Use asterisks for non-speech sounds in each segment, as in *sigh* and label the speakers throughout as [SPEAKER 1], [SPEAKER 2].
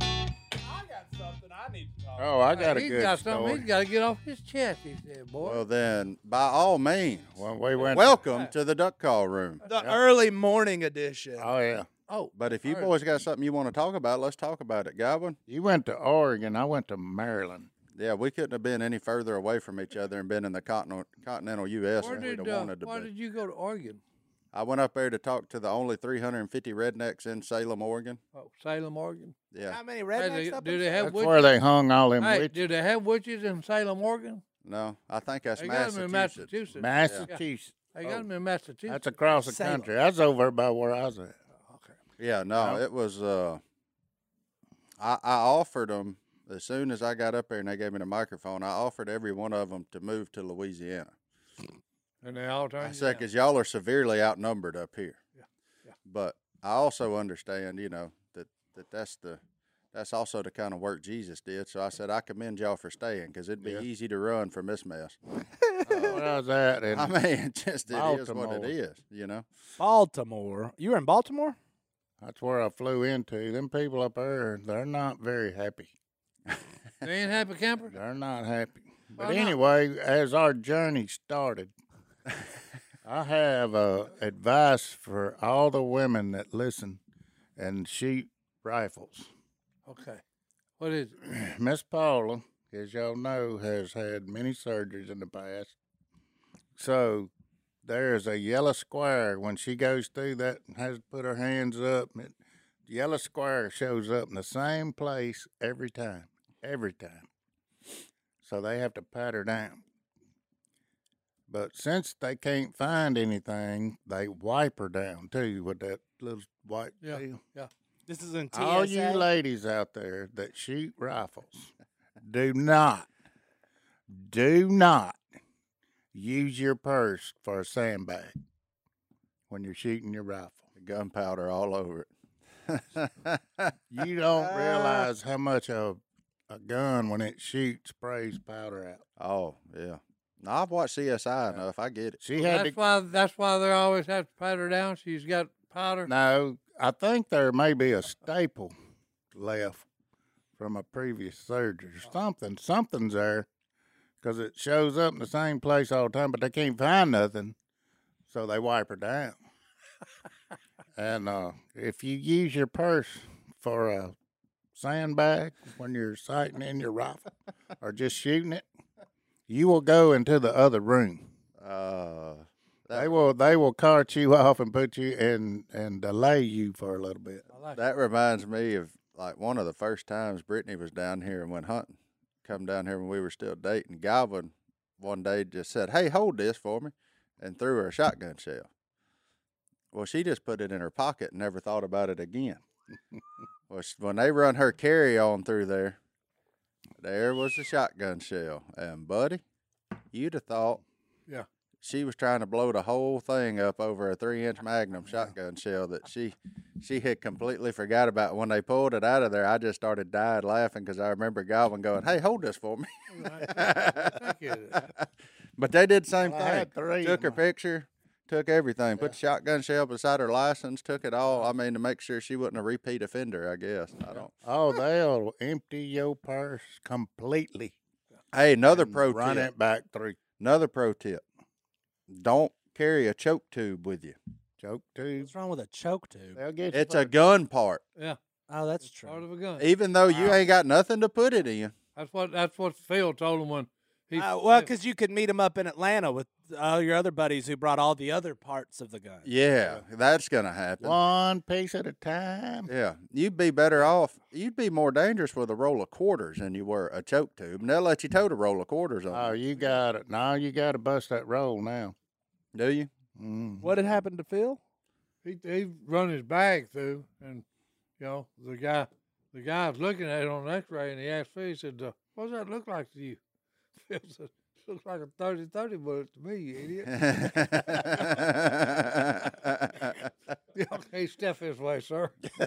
[SPEAKER 1] I got something I need to talk
[SPEAKER 2] Oh, I got a
[SPEAKER 3] he's
[SPEAKER 2] good
[SPEAKER 3] got something
[SPEAKER 2] story.
[SPEAKER 3] he's got to get off his chest. He said, "Boy,
[SPEAKER 2] Well, then, by all means,
[SPEAKER 4] Well, we went.
[SPEAKER 2] welcome to the duck call room.
[SPEAKER 5] The early morning edition.
[SPEAKER 4] Oh yeah,
[SPEAKER 3] oh,
[SPEAKER 2] But if you
[SPEAKER 3] All right.
[SPEAKER 2] boys got something you want to talk about, let's talk about it, Godwin.
[SPEAKER 4] you went to Oregon. I went to Maryland.
[SPEAKER 2] Yeah, we couldn't have been any further away from each other and been in the continental, continental U.S.
[SPEAKER 3] where
[SPEAKER 2] than we'd
[SPEAKER 3] did
[SPEAKER 2] have
[SPEAKER 3] uh,
[SPEAKER 2] wanted to
[SPEAKER 3] why
[SPEAKER 2] be.
[SPEAKER 3] did you go to Oregon?
[SPEAKER 2] I went up there to talk to the only 350 rednecks in Salem, Oregon.
[SPEAKER 3] Oh, Salem, Oregon.
[SPEAKER 2] Yeah,
[SPEAKER 5] How many
[SPEAKER 3] Hey,
[SPEAKER 5] rednecks
[SPEAKER 3] they-
[SPEAKER 5] up
[SPEAKER 3] do
[SPEAKER 5] in
[SPEAKER 3] they have
[SPEAKER 4] That's
[SPEAKER 3] witches?
[SPEAKER 4] where they hung all them
[SPEAKER 3] Hey,
[SPEAKER 4] witches.
[SPEAKER 3] do they have witches in Salem, Oregon?
[SPEAKER 2] no, I think that's
[SPEAKER 3] They got them in
[SPEAKER 2] Massachusetts.
[SPEAKER 3] Massachusetts.
[SPEAKER 4] Massachusetts.
[SPEAKER 3] They got them in Massachusetts.
[SPEAKER 4] That's across the
[SPEAKER 5] Salem.
[SPEAKER 4] country. That's over by where I
[SPEAKER 3] *laughs*
[SPEAKER 4] was at.
[SPEAKER 2] Yeah, no, it was. Uh, I I offered them as soon as I got up there and they gave me the microphone. I offered every one of them to move to Louisiana.
[SPEAKER 3] and they all
[SPEAKER 2] I
[SPEAKER 3] turned.
[SPEAKER 2] said,
[SPEAKER 3] you
[SPEAKER 2] because y'all are severely outnumbered up here.
[SPEAKER 3] Yeah, yeah.
[SPEAKER 2] But I also understand, you know, that, that that's the that's also the kind of work Jesus did. So I said, I commend y'all for staying because it'd be
[SPEAKER 4] Yeah.
[SPEAKER 2] easy to run from this mess.
[SPEAKER 3] Oh,
[SPEAKER 4] *laughs* Where I was at, and
[SPEAKER 2] *laughs* I mean, *laughs* just it is what
[SPEAKER 4] Baltimore.
[SPEAKER 2] it is, you know.
[SPEAKER 5] Baltimore. You were in Baltimore?
[SPEAKER 4] that's where I flew into. Them people up there, they're not very happy.
[SPEAKER 3] down. They ain't
[SPEAKER 4] *laughs*
[SPEAKER 3] happy camper.
[SPEAKER 4] They're not happy. But
[SPEAKER 3] Why not?
[SPEAKER 4] anyway, as our journey
[SPEAKER 3] *laughs*
[SPEAKER 4] started, I have uh, advice for all the women that listen and shoot rifles.
[SPEAKER 3] Okay, what is
[SPEAKER 4] *clears throat*
[SPEAKER 3] it?
[SPEAKER 4] Miss Paula, as y'all know, has had many surgeries in the past. So there is a yellow square when she goes through that and has to put her hands up. It, the yellow square shows up in the same place every time, every time. So they have to pat her down. But since they can't find anything, they wipe her down too with that little white
[SPEAKER 3] Yeah.
[SPEAKER 4] deal.
[SPEAKER 5] This is in TSA.
[SPEAKER 4] All you ladies out there that shoot rifles, do not, do not use your purse for a sandbag when you're shooting your rifle.
[SPEAKER 2] Gunpowder all over it.
[SPEAKER 4] You don't realize how much a, a gun, when it shoots, sprays powder out.
[SPEAKER 2] oh, yeah. No, I've watched CSI enough. I get it.
[SPEAKER 4] She had
[SPEAKER 3] That's
[SPEAKER 4] to.
[SPEAKER 3] why. That's why they always have to pat her down. She's got powder.
[SPEAKER 4] No, I think there may be a staple left from a previous surgery or something. Something's there because it shows up in the same place all the time, but they can't find nothing, so they wipe her down. and uh, if you use your purse for a sandbag when you're sighting in your rifle or just shooting it, you will go into the other room.
[SPEAKER 2] Uh,
[SPEAKER 4] They will they will cart you off and put you in and delay you for a little bit.
[SPEAKER 3] I like
[SPEAKER 2] That reminds me of like one of the first times Brittany was down here and went hunting. Come down here when we were still dating. Galvin one day just said, Hey, hold this for me and threw her a shotgun shell. Well, she just put it in her pocket and never thought about it again. *laughs* well, s- when they run her carry on through there, there was the shotgun shell. And buddy, you'd have thought
[SPEAKER 3] Yeah.
[SPEAKER 2] she was trying to blow the whole thing up over a three inch magnum shotgun shell that she she had completely forgot about when they pulled it out of there. I just started dying laughing because I remember Godwin going, "Hey, hold this for me." *laughs*
[SPEAKER 3] that.
[SPEAKER 4] *laughs*
[SPEAKER 3] Look at it.
[SPEAKER 2] But they did the same
[SPEAKER 4] Well, I had
[SPEAKER 2] thing.
[SPEAKER 4] three
[SPEAKER 2] Took
[SPEAKER 4] in
[SPEAKER 2] her
[SPEAKER 4] my-
[SPEAKER 2] picture, took everything, put the shotgun shell beside her license, took it all. I mean, to make sure she wasn't a repeat offender. I guess I don't.
[SPEAKER 4] Oh, they'll empty your purse completely.
[SPEAKER 2] Hey, another
[SPEAKER 4] and
[SPEAKER 2] pro
[SPEAKER 4] Run
[SPEAKER 2] tip.
[SPEAKER 4] it back through
[SPEAKER 2] Another pro tip. Don't carry a choke tube with you.
[SPEAKER 4] choke tube.
[SPEAKER 5] What's wrong with a choke tube?
[SPEAKER 4] They'll get you
[SPEAKER 2] It's
[SPEAKER 4] for
[SPEAKER 2] a gun part,
[SPEAKER 3] Yeah,
[SPEAKER 5] Oh, that's
[SPEAKER 3] part
[SPEAKER 5] true.
[SPEAKER 3] of a gun.
[SPEAKER 2] even though you ain't got nothing to put it in.
[SPEAKER 3] That's what. That's what Phil told him when he.
[SPEAKER 5] Uh, well, because you could meet them up in Atlanta with all your other buddies who brought all the other parts of the gun.
[SPEAKER 2] Yeah, that's gonna happen.
[SPEAKER 4] one piece at a time.
[SPEAKER 2] Yeah, you'd be better off. You'd be more dangerous with a roll of quarters than you were a choke tube, and they'll let you tote a roll of quarters on.
[SPEAKER 4] Oh,
[SPEAKER 2] you.
[SPEAKER 4] you got it. No, you got to bust that roll now.
[SPEAKER 2] Do you? *laughs*
[SPEAKER 4] Mm.
[SPEAKER 5] What had happened to Phil?
[SPEAKER 3] he, he run his bag through, and you know the guy, the guy's looking at it on an X-ray, and he asked me, he said, uh, "What does that look like to you?" *laughs* Phil said, "Looks like a 30-30 bullet to me, you
[SPEAKER 2] *laughs*
[SPEAKER 3] idiot." *laughs*
[SPEAKER 2] yeah.
[SPEAKER 3] okay, step this way,
[SPEAKER 2] *laughs*
[SPEAKER 3] sir.
[SPEAKER 5] Oh.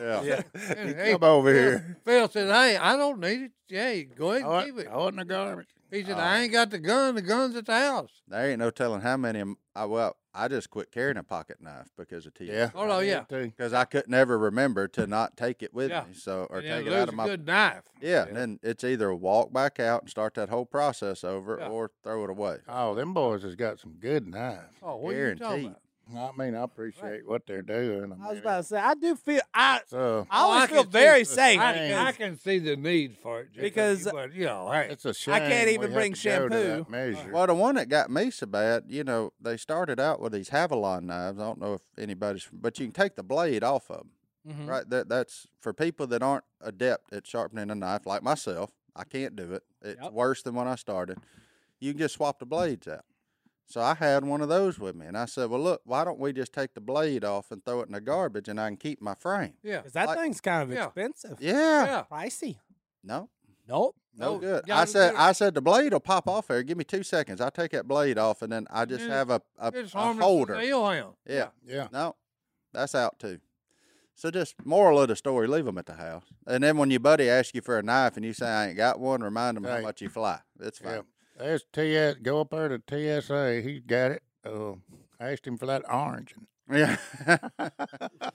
[SPEAKER 3] And hey,
[SPEAKER 4] Come over
[SPEAKER 3] Phil-
[SPEAKER 4] here.
[SPEAKER 3] Phil said, "Hey, I don't need it. Hey, go ahead and
[SPEAKER 4] Oh, it,
[SPEAKER 3] keep it."
[SPEAKER 4] oh, in the garbage.
[SPEAKER 2] oh.
[SPEAKER 3] He said, "I ain't got the gun. The gun's at the house."
[SPEAKER 2] There ain't no telling how many. of 'em- I well, I just quit carrying a pocket knife because of TB.
[SPEAKER 4] Yeah.
[SPEAKER 3] Oh, no,
[SPEAKER 4] I did
[SPEAKER 3] yeah.
[SPEAKER 4] too.
[SPEAKER 2] Because I could never remember to not take it with
[SPEAKER 3] Yeah.
[SPEAKER 2] me. So or
[SPEAKER 3] and then
[SPEAKER 2] take it out
[SPEAKER 3] lose
[SPEAKER 2] of
[SPEAKER 3] a
[SPEAKER 2] my
[SPEAKER 3] good knife.
[SPEAKER 2] Yeah, and then it's either walk back out and start that whole process over
[SPEAKER 3] Yeah.
[SPEAKER 2] or throw it away.
[SPEAKER 4] Oh, them boys has got some good knives.
[SPEAKER 3] Oh, what are you talking
[SPEAKER 2] Guaranteed.
[SPEAKER 3] about?
[SPEAKER 4] I mean, I appreciate what they're doing.
[SPEAKER 5] *laughs* I was
[SPEAKER 4] mean,
[SPEAKER 5] about to say, I do feel I.
[SPEAKER 4] so
[SPEAKER 5] I
[SPEAKER 3] Oh,
[SPEAKER 5] always
[SPEAKER 3] I
[SPEAKER 5] feel
[SPEAKER 3] can see
[SPEAKER 5] very
[SPEAKER 3] it.
[SPEAKER 5] safe.
[SPEAKER 4] Hey,
[SPEAKER 3] I, I
[SPEAKER 5] because-
[SPEAKER 3] can see the need for it. Jimmy,
[SPEAKER 5] Because-
[SPEAKER 3] but, you know, hey.
[SPEAKER 4] it's a shame. we
[SPEAKER 5] even
[SPEAKER 4] have
[SPEAKER 5] bring
[SPEAKER 4] to go to that
[SPEAKER 5] shampoo.
[SPEAKER 4] measure.
[SPEAKER 2] Well, the one that got me so bad, you know, they started out with these Havilon knives. I don't know if anybody's, but you can take the blade off of them,
[SPEAKER 3] mm-hmm.
[SPEAKER 5] Mhm.
[SPEAKER 2] right? That that's for people that aren't adept at sharpening a knife, like myself. I can't do it. It's
[SPEAKER 5] Yep.
[SPEAKER 2] worse than when I started. You can just swap the blades out. So I had one of those with me, and I said, "Well, look, why don't we just take the blade off and throw it in the garbage, and I can keep my frame?"
[SPEAKER 3] Yeah.
[SPEAKER 5] 'Cause that
[SPEAKER 2] Like-
[SPEAKER 5] thing's kind of
[SPEAKER 3] Yeah.
[SPEAKER 5] expensive.
[SPEAKER 2] Yeah.
[SPEAKER 3] Yeah.
[SPEAKER 5] Pricey.
[SPEAKER 2] No.
[SPEAKER 5] Nope.
[SPEAKER 2] No
[SPEAKER 3] No,
[SPEAKER 2] good.
[SPEAKER 3] Oh, yeah,
[SPEAKER 2] I
[SPEAKER 3] you
[SPEAKER 2] said,
[SPEAKER 3] better-
[SPEAKER 2] I said the blade will pop off there. Give me two seconds. I take that blade off, and then I just
[SPEAKER 3] It's-
[SPEAKER 2] have a a,
[SPEAKER 3] Mm-hmm. It's
[SPEAKER 2] a
[SPEAKER 3] harmless.
[SPEAKER 2] holder.
[SPEAKER 3] to nail hound.
[SPEAKER 2] Yeah.
[SPEAKER 4] yeah.
[SPEAKER 2] No, that's out too. So just moral of the story, leave them at the house, and then when your buddy asks you for a knife and you say I ain't got one, remind him how
[SPEAKER 4] Right.
[SPEAKER 2] much you fly. It's fine.
[SPEAKER 4] Yeah. There's TS. Go up there to TSA. He's got it. Uh, I asked him for that orange. And
[SPEAKER 2] *laughs* Yeah.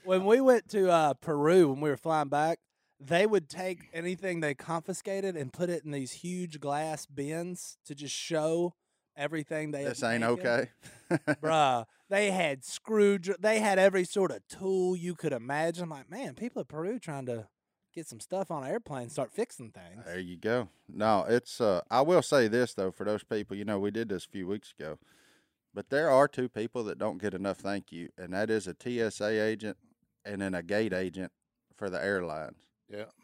[SPEAKER 5] When we went to uh, Peru when we were flying back, they would take anything they confiscated and put it in these huge glass bins to just show everything they. had
[SPEAKER 2] this ain't
[SPEAKER 5] taken.
[SPEAKER 2] okay. *laughs*
[SPEAKER 5] bruh. They had screw. dr- They had every sort of tool you could imagine. I'm like, man, people at Peru trying to get some stuff on an airplane, and start fixing things.
[SPEAKER 2] There you go. No, it's uh I will say this though for those people, you know, we did this a few weeks ago. But there are two people that don't get enough thank you, and that is a TSA agent and then a gate agent for the airlines.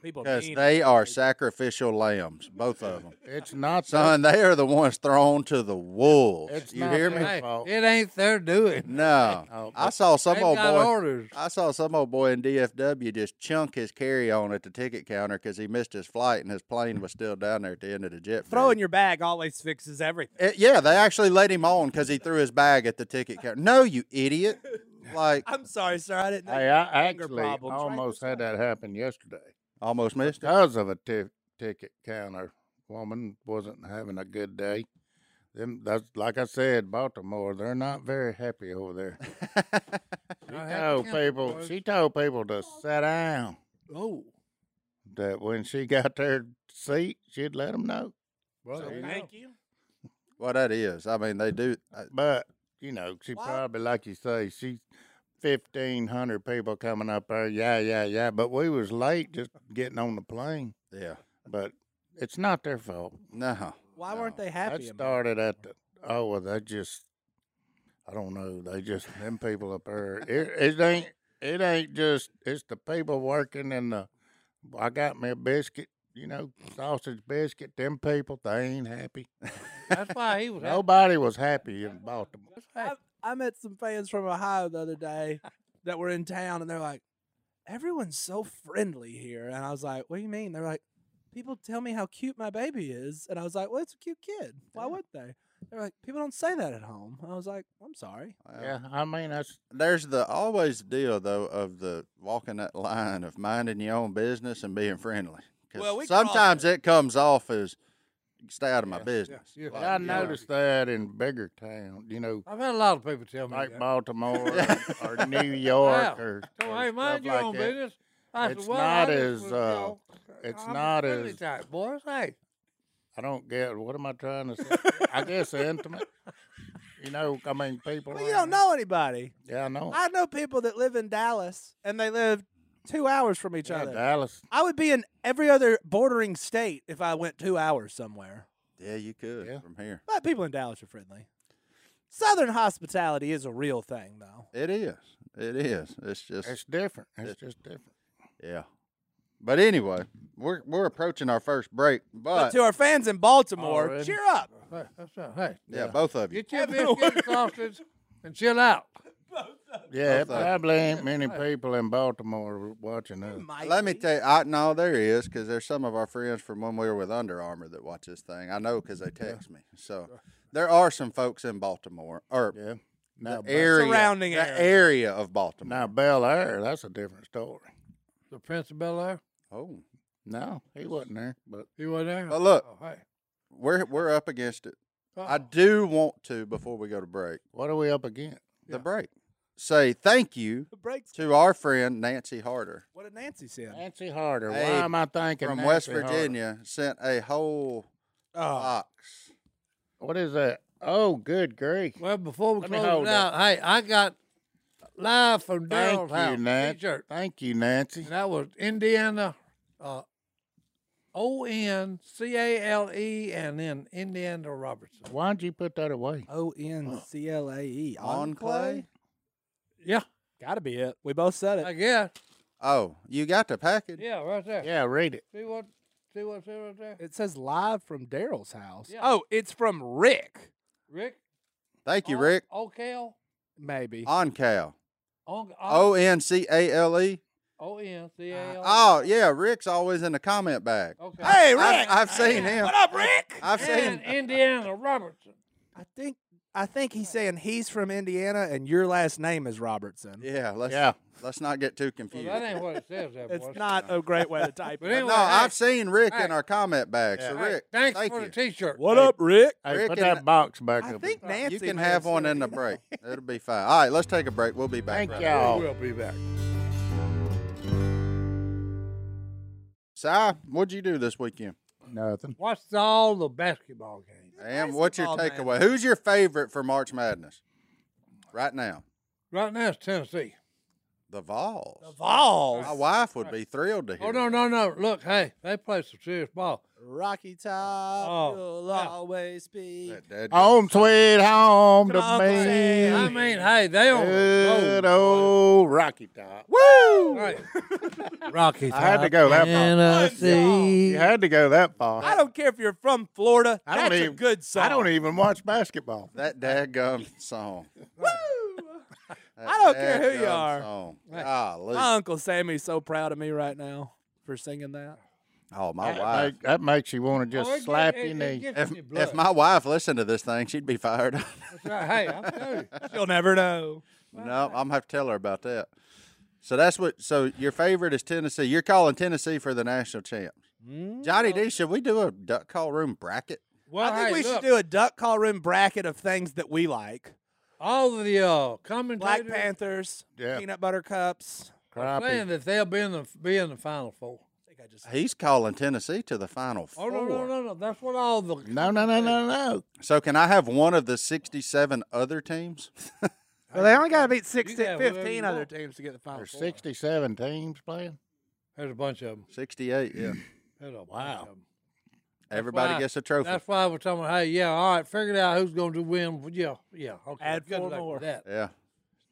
[SPEAKER 5] People
[SPEAKER 2] Because
[SPEAKER 5] need-
[SPEAKER 2] they are sacrificial lambs, both of them.
[SPEAKER 4] it's not that-
[SPEAKER 2] Son, they are the ones thrown to the wolves.
[SPEAKER 4] It's
[SPEAKER 2] you
[SPEAKER 4] not
[SPEAKER 2] hear me?
[SPEAKER 4] their
[SPEAKER 3] Hey,
[SPEAKER 4] fault.
[SPEAKER 3] it ain't their doing.
[SPEAKER 2] No.
[SPEAKER 4] *laughs* Oh,
[SPEAKER 2] I
[SPEAKER 4] but
[SPEAKER 2] saw some
[SPEAKER 3] They've
[SPEAKER 2] old
[SPEAKER 3] got
[SPEAKER 2] boy.
[SPEAKER 3] orders.
[SPEAKER 2] I saw some old boy in DFW just chunk his carry on at the ticket counter because he missed his flight and his plane was still down there at the end of the jet.
[SPEAKER 5] throwing
[SPEAKER 2] bridge.
[SPEAKER 5] your bag always fixes everything. *laughs*
[SPEAKER 2] Uh, yeah, they actually let him on because he threw his bag at the ticket counter. No, you idiot! Like
[SPEAKER 5] I'm sorry, sir. I didn't. know
[SPEAKER 4] Hey,
[SPEAKER 5] you had
[SPEAKER 4] I
[SPEAKER 5] anger
[SPEAKER 4] actually
[SPEAKER 5] problems, right?
[SPEAKER 4] almost had that happen yesterday.
[SPEAKER 2] almost missed it.
[SPEAKER 4] because of a ti- ticket counter woman wasn't having a good day. Them, that's like I said, Baltimore. They're not very happy over there. She
[SPEAKER 3] I had
[SPEAKER 4] told
[SPEAKER 3] counter
[SPEAKER 4] people.
[SPEAKER 3] was-
[SPEAKER 4] She
[SPEAKER 3] *laughs*
[SPEAKER 4] told people to sit down.
[SPEAKER 3] Oh,
[SPEAKER 4] That when she got their seat, she'd let them know.
[SPEAKER 3] well,
[SPEAKER 4] So
[SPEAKER 3] there you
[SPEAKER 4] we-
[SPEAKER 3] go.
[SPEAKER 5] Thank you.
[SPEAKER 2] *laughs* well, that is. I mean, they do. Uh,
[SPEAKER 4] But you know, she
[SPEAKER 5] What?
[SPEAKER 4] probably like you say, she's fifteen hundred people coming up there. Yeah, yeah, yeah. But we was late just getting on the plane.
[SPEAKER 2] yeah.
[SPEAKER 4] But it's not their fault.
[SPEAKER 2] No.
[SPEAKER 5] Why
[SPEAKER 2] no.
[SPEAKER 5] weren't they
[SPEAKER 4] That
[SPEAKER 5] happy? about
[SPEAKER 4] started at the oh well they just I don't know they just them people up there it, it ain't it ain't just it's the people working in the I got me a biscuit you know sausage biscuit them people they ain't happy
[SPEAKER 3] that's why he was. out.
[SPEAKER 4] nobody was happy in Baltimore
[SPEAKER 5] I, I met some fans from Ohio the other day that were in town, and they're like, "Everyone's so friendly here," and I was like, "What do you mean?" They're like, "People tell me how cute my baby is," and I was like, "Well, it's a cute kid. Why would they?" They're like, "People don't say that at home." I was like, "I'm sorry."
[SPEAKER 2] Well,
[SPEAKER 4] yeah I mean that's
[SPEAKER 2] There's the always the deal though of the walking that line of minding your own business and being friendly. 'Cause
[SPEAKER 5] Well, we crossed
[SPEAKER 2] sometimes it comes off as stay out of my
[SPEAKER 4] Yeah, yeah,
[SPEAKER 2] business.
[SPEAKER 3] yeah.
[SPEAKER 4] I
[SPEAKER 2] you know.
[SPEAKER 4] noticed that in bigger town you know
[SPEAKER 3] I've had a lot of people tell me
[SPEAKER 4] like
[SPEAKER 3] that.
[SPEAKER 4] Baltimore or, or New York
[SPEAKER 3] Yeah.
[SPEAKER 4] or,
[SPEAKER 3] So,
[SPEAKER 4] or
[SPEAKER 3] hey, mind
[SPEAKER 4] stuff
[SPEAKER 3] your
[SPEAKER 4] like
[SPEAKER 3] own
[SPEAKER 4] that.
[SPEAKER 3] business. I
[SPEAKER 4] It's
[SPEAKER 3] said, well, I
[SPEAKER 4] not
[SPEAKER 3] just
[SPEAKER 4] as,
[SPEAKER 3] was,
[SPEAKER 4] uh,
[SPEAKER 3] y'all-
[SPEAKER 4] it's
[SPEAKER 3] I'm
[SPEAKER 4] not
[SPEAKER 3] friendly
[SPEAKER 4] as-
[SPEAKER 3] type, boys. Hey,
[SPEAKER 4] I don't get what am I trying to say? I guess intimate. You know, I mean, people.
[SPEAKER 5] Well, you
[SPEAKER 4] around
[SPEAKER 5] don't
[SPEAKER 4] here-
[SPEAKER 5] know anybody.
[SPEAKER 4] Yeah, I know.
[SPEAKER 5] I know people that live in Dallas, and they live two hours from each
[SPEAKER 4] yeah,
[SPEAKER 5] other.
[SPEAKER 4] Dallas.
[SPEAKER 5] I would be in every other bordering state if I went two hours somewhere.
[SPEAKER 2] Yeah, you could
[SPEAKER 4] Yeah.
[SPEAKER 2] from here.
[SPEAKER 5] But people in Dallas are friendly. Southern hospitality is a real thing, though.
[SPEAKER 2] It is. It is. It's just
[SPEAKER 4] It's different. It's just different.
[SPEAKER 2] yeah. But anyway, we're we're approaching our first break,
[SPEAKER 5] But
[SPEAKER 2] but,
[SPEAKER 5] to our fans in Baltimore,
[SPEAKER 4] Already?
[SPEAKER 5] cheer up.
[SPEAKER 3] hey, that's right. Hey,
[SPEAKER 2] yeah, both of you.
[SPEAKER 3] get your biscuit and sausage and chill out.
[SPEAKER 4] Yeah,
[SPEAKER 2] That's
[SPEAKER 4] it
[SPEAKER 2] like-
[SPEAKER 4] probably ain't many people in Baltimore watching us.
[SPEAKER 5] Mike.
[SPEAKER 2] Let me tell you, I, no, there is because there's some of our friends from when we were with Under Armour that watch this thing. I know because they text me. So there are some folks in Baltimore or
[SPEAKER 4] Yeah. Now,
[SPEAKER 2] the
[SPEAKER 4] Bel-
[SPEAKER 2] area,
[SPEAKER 5] Surrounding
[SPEAKER 2] the
[SPEAKER 5] area.
[SPEAKER 2] area. of Baltimore.
[SPEAKER 4] now Bel Air, that's a different story.
[SPEAKER 3] The Prince of Bel Air,
[SPEAKER 2] Oh,
[SPEAKER 4] No, he wasn't there, but
[SPEAKER 3] he wasn't there.
[SPEAKER 2] But look.
[SPEAKER 3] Oh, hey.
[SPEAKER 2] we're we're up against it. I
[SPEAKER 3] Uh-oh.
[SPEAKER 4] Oh.
[SPEAKER 2] do want to before we go to break.
[SPEAKER 4] what are we up against?
[SPEAKER 2] the
[SPEAKER 5] Yeah.
[SPEAKER 2] break. Say thank you
[SPEAKER 5] The brakes.
[SPEAKER 2] to our friend Nancy Harder
[SPEAKER 5] What did Nancy say?
[SPEAKER 4] Nancy Harder. Why
[SPEAKER 2] Hey,
[SPEAKER 4] am I thinking
[SPEAKER 2] from West
[SPEAKER 4] Nancy Harder?
[SPEAKER 2] Virginia sent a whole
[SPEAKER 5] Oh,
[SPEAKER 2] box.
[SPEAKER 4] What is that? Oh, good grief!
[SPEAKER 3] Well, before we
[SPEAKER 4] Let me
[SPEAKER 3] close
[SPEAKER 4] hold
[SPEAKER 3] it out, hey, I got live from
[SPEAKER 4] Thank
[SPEAKER 3] Daryl's
[SPEAKER 4] you,
[SPEAKER 3] house
[SPEAKER 4] Nancy.
[SPEAKER 3] t-shirt,
[SPEAKER 4] Thank you, Nancy.
[SPEAKER 3] and that was Indiana, uh, O N C A L E, and then Indiana Robertson.
[SPEAKER 4] Why'd you put that away?
[SPEAKER 5] O N C L A E.
[SPEAKER 2] On clay?
[SPEAKER 3] Yeah,
[SPEAKER 5] Gotta be it. We both said it.
[SPEAKER 3] I guess.
[SPEAKER 2] Oh, you got the package?
[SPEAKER 3] Yeah, right there.
[SPEAKER 4] Yeah, read it.
[SPEAKER 3] See what? See what's there right there?
[SPEAKER 5] It says live from Daryl's house.
[SPEAKER 3] Yeah.
[SPEAKER 5] Oh, it's from Rick,
[SPEAKER 3] Rick.
[SPEAKER 2] Thank you,
[SPEAKER 3] O-
[SPEAKER 2] Rick.
[SPEAKER 3] O'Cal.
[SPEAKER 5] maybe.
[SPEAKER 2] Oh, Oncal.
[SPEAKER 3] On.
[SPEAKER 2] O N C A L E.
[SPEAKER 3] O N C A L. E?
[SPEAKER 2] Oh yeah, Rick's always in the comment bag.
[SPEAKER 3] Okay.
[SPEAKER 5] hey, Rick!
[SPEAKER 2] I've, I've seen him.
[SPEAKER 5] what up, Rick?
[SPEAKER 2] I've seen.
[SPEAKER 3] And Indiana
[SPEAKER 2] *laughs*
[SPEAKER 3] Robertson.
[SPEAKER 5] I think I think he's saying he's from Indiana and your last name is Robertson.
[SPEAKER 2] Yeah, let's
[SPEAKER 4] Yeah.
[SPEAKER 2] let's not get too
[SPEAKER 3] Well,
[SPEAKER 2] confused.
[SPEAKER 3] that ain't what it says. That
[SPEAKER 5] It's
[SPEAKER 3] boy.
[SPEAKER 5] not a great way to type
[SPEAKER 3] But
[SPEAKER 5] it.
[SPEAKER 2] But
[SPEAKER 3] anyway,
[SPEAKER 2] no,
[SPEAKER 3] hey,
[SPEAKER 2] I've seen Rick in
[SPEAKER 3] hey.
[SPEAKER 2] our comment bag. So
[SPEAKER 4] Yeah.
[SPEAKER 3] hey,
[SPEAKER 2] Rick,
[SPEAKER 3] thanks
[SPEAKER 2] thank
[SPEAKER 3] for
[SPEAKER 2] you.
[SPEAKER 3] the T-shirt.
[SPEAKER 5] What up, Rick?
[SPEAKER 4] Hey,
[SPEAKER 2] Rick
[SPEAKER 4] put
[SPEAKER 2] and
[SPEAKER 4] that
[SPEAKER 2] Na-
[SPEAKER 4] box back
[SPEAKER 5] I
[SPEAKER 4] up.
[SPEAKER 5] think Nancy
[SPEAKER 2] you can
[SPEAKER 5] may
[SPEAKER 2] have one
[SPEAKER 5] said
[SPEAKER 2] in the
[SPEAKER 5] it.
[SPEAKER 3] *laughs*
[SPEAKER 2] break. It'll be fine. All right, let's take a break. We'll be back.
[SPEAKER 4] Thank
[SPEAKER 2] right
[SPEAKER 4] y'all.
[SPEAKER 3] We'll be back.
[SPEAKER 2] Si, what'd you do this weekend?
[SPEAKER 4] Nothing.
[SPEAKER 3] Watched all the basketball games
[SPEAKER 2] And what's your
[SPEAKER 5] Basketball,
[SPEAKER 2] takeaway? Who's your favorite for March Madness? Right now,
[SPEAKER 3] right now. It's Tennessee.
[SPEAKER 2] the Vols.
[SPEAKER 5] The Vols.
[SPEAKER 2] My wife would be thrilled to hear.
[SPEAKER 3] Oh no, no, no! Look, hey, they play some serious ball.
[SPEAKER 5] Rocky Top
[SPEAKER 3] Oh,
[SPEAKER 5] will
[SPEAKER 3] yeah.
[SPEAKER 5] always be.
[SPEAKER 2] that dead
[SPEAKER 4] Home sweet home
[SPEAKER 5] Come on,
[SPEAKER 4] to me.
[SPEAKER 5] Sam.
[SPEAKER 3] I mean, hey, they on a
[SPEAKER 4] Good
[SPEAKER 3] roll. Oh,
[SPEAKER 4] old Rocky Top.
[SPEAKER 5] Woo! *laughs*
[SPEAKER 3] Right. Rocky
[SPEAKER 4] I had to go that far. You
[SPEAKER 5] Tennessee.
[SPEAKER 4] had to go that far.
[SPEAKER 5] I don't care if you're from Florida.
[SPEAKER 4] I don't
[SPEAKER 5] That's a
[SPEAKER 4] even-
[SPEAKER 5] good song.
[SPEAKER 4] I don't even watch basketball.
[SPEAKER 2] that dadgum song.
[SPEAKER 5] Woo!
[SPEAKER 2] That
[SPEAKER 5] I don't care who you
[SPEAKER 2] dadgum
[SPEAKER 5] are. Um,
[SPEAKER 2] Song.
[SPEAKER 3] Right.
[SPEAKER 2] Golly.
[SPEAKER 5] My uncle Sammy's so proud of me right now for singing
[SPEAKER 3] *laughs*
[SPEAKER 5] that.
[SPEAKER 2] oh, my
[SPEAKER 4] that,
[SPEAKER 2] wife.
[SPEAKER 4] make- that makes you want to just
[SPEAKER 3] Oh, it get-
[SPEAKER 4] slap
[SPEAKER 3] it-
[SPEAKER 4] your
[SPEAKER 3] it
[SPEAKER 4] knee.
[SPEAKER 3] gets
[SPEAKER 2] If,
[SPEAKER 3] in your
[SPEAKER 2] if
[SPEAKER 3] blood.
[SPEAKER 2] my wife listened to this thing, she'd be fired up.
[SPEAKER 3] That's
[SPEAKER 2] *laughs*
[SPEAKER 3] right. Hey, I'm telling
[SPEAKER 5] *laughs*
[SPEAKER 3] you.
[SPEAKER 5] You'll never know.
[SPEAKER 2] No, I'm gonna have to tell her about that. So that's what. So your favorite is Tennessee. You're calling Tennessee for the national champs. Johnny D, should we do a duck call room bracket?
[SPEAKER 3] Well,
[SPEAKER 5] I think
[SPEAKER 3] hey,
[SPEAKER 5] we
[SPEAKER 3] look,
[SPEAKER 5] should do a duck call room bracket of things that we like.
[SPEAKER 3] all of the uh,
[SPEAKER 5] Black
[SPEAKER 3] commentators
[SPEAKER 5] Panthers,
[SPEAKER 4] Yeah.
[SPEAKER 5] peanut butter cups.
[SPEAKER 3] are saying
[SPEAKER 4] Crappie.
[SPEAKER 3] that they'll be in the be in the final four.
[SPEAKER 5] I think I just
[SPEAKER 2] He's calling Tennessee to the final
[SPEAKER 3] Oh
[SPEAKER 2] four.
[SPEAKER 3] no, no, no, no! That's what all the
[SPEAKER 4] No, no, no, no, no.
[SPEAKER 2] So can I have one of the 67 other teams?
[SPEAKER 5] Well, they only got to beat six
[SPEAKER 3] You
[SPEAKER 5] to
[SPEAKER 3] got whoever you
[SPEAKER 5] 15 other
[SPEAKER 3] want.
[SPEAKER 5] teams to get the final
[SPEAKER 3] Oh,
[SPEAKER 4] There's
[SPEAKER 5] four.
[SPEAKER 4] 67 teams playing.
[SPEAKER 3] there's a bunch of them.
[SPEAKER 2] 68. Yeah.
[SPEAKER 3] There's a bunch
[SPEAKER 4] Wow.
[SPEAKER 3] of 'em.
[SPEAKER 2] Everybody
[SPEAKER 3] why-
[SPEAKER 2] gets a trophy.
[SPEAKER 3] That's why we're talking. Hey, yeah, all right, figured out who's going to win. Yeah, yeah. Okay,
[SPEAKER 5] Add
[SPEAKER 3] good
[SPEAKER 5] four
[SPEAKER 3] luck with
[SPEAKER 5] more.
[SPEAKER 3] That.
[SPEAKER 2] Yeah.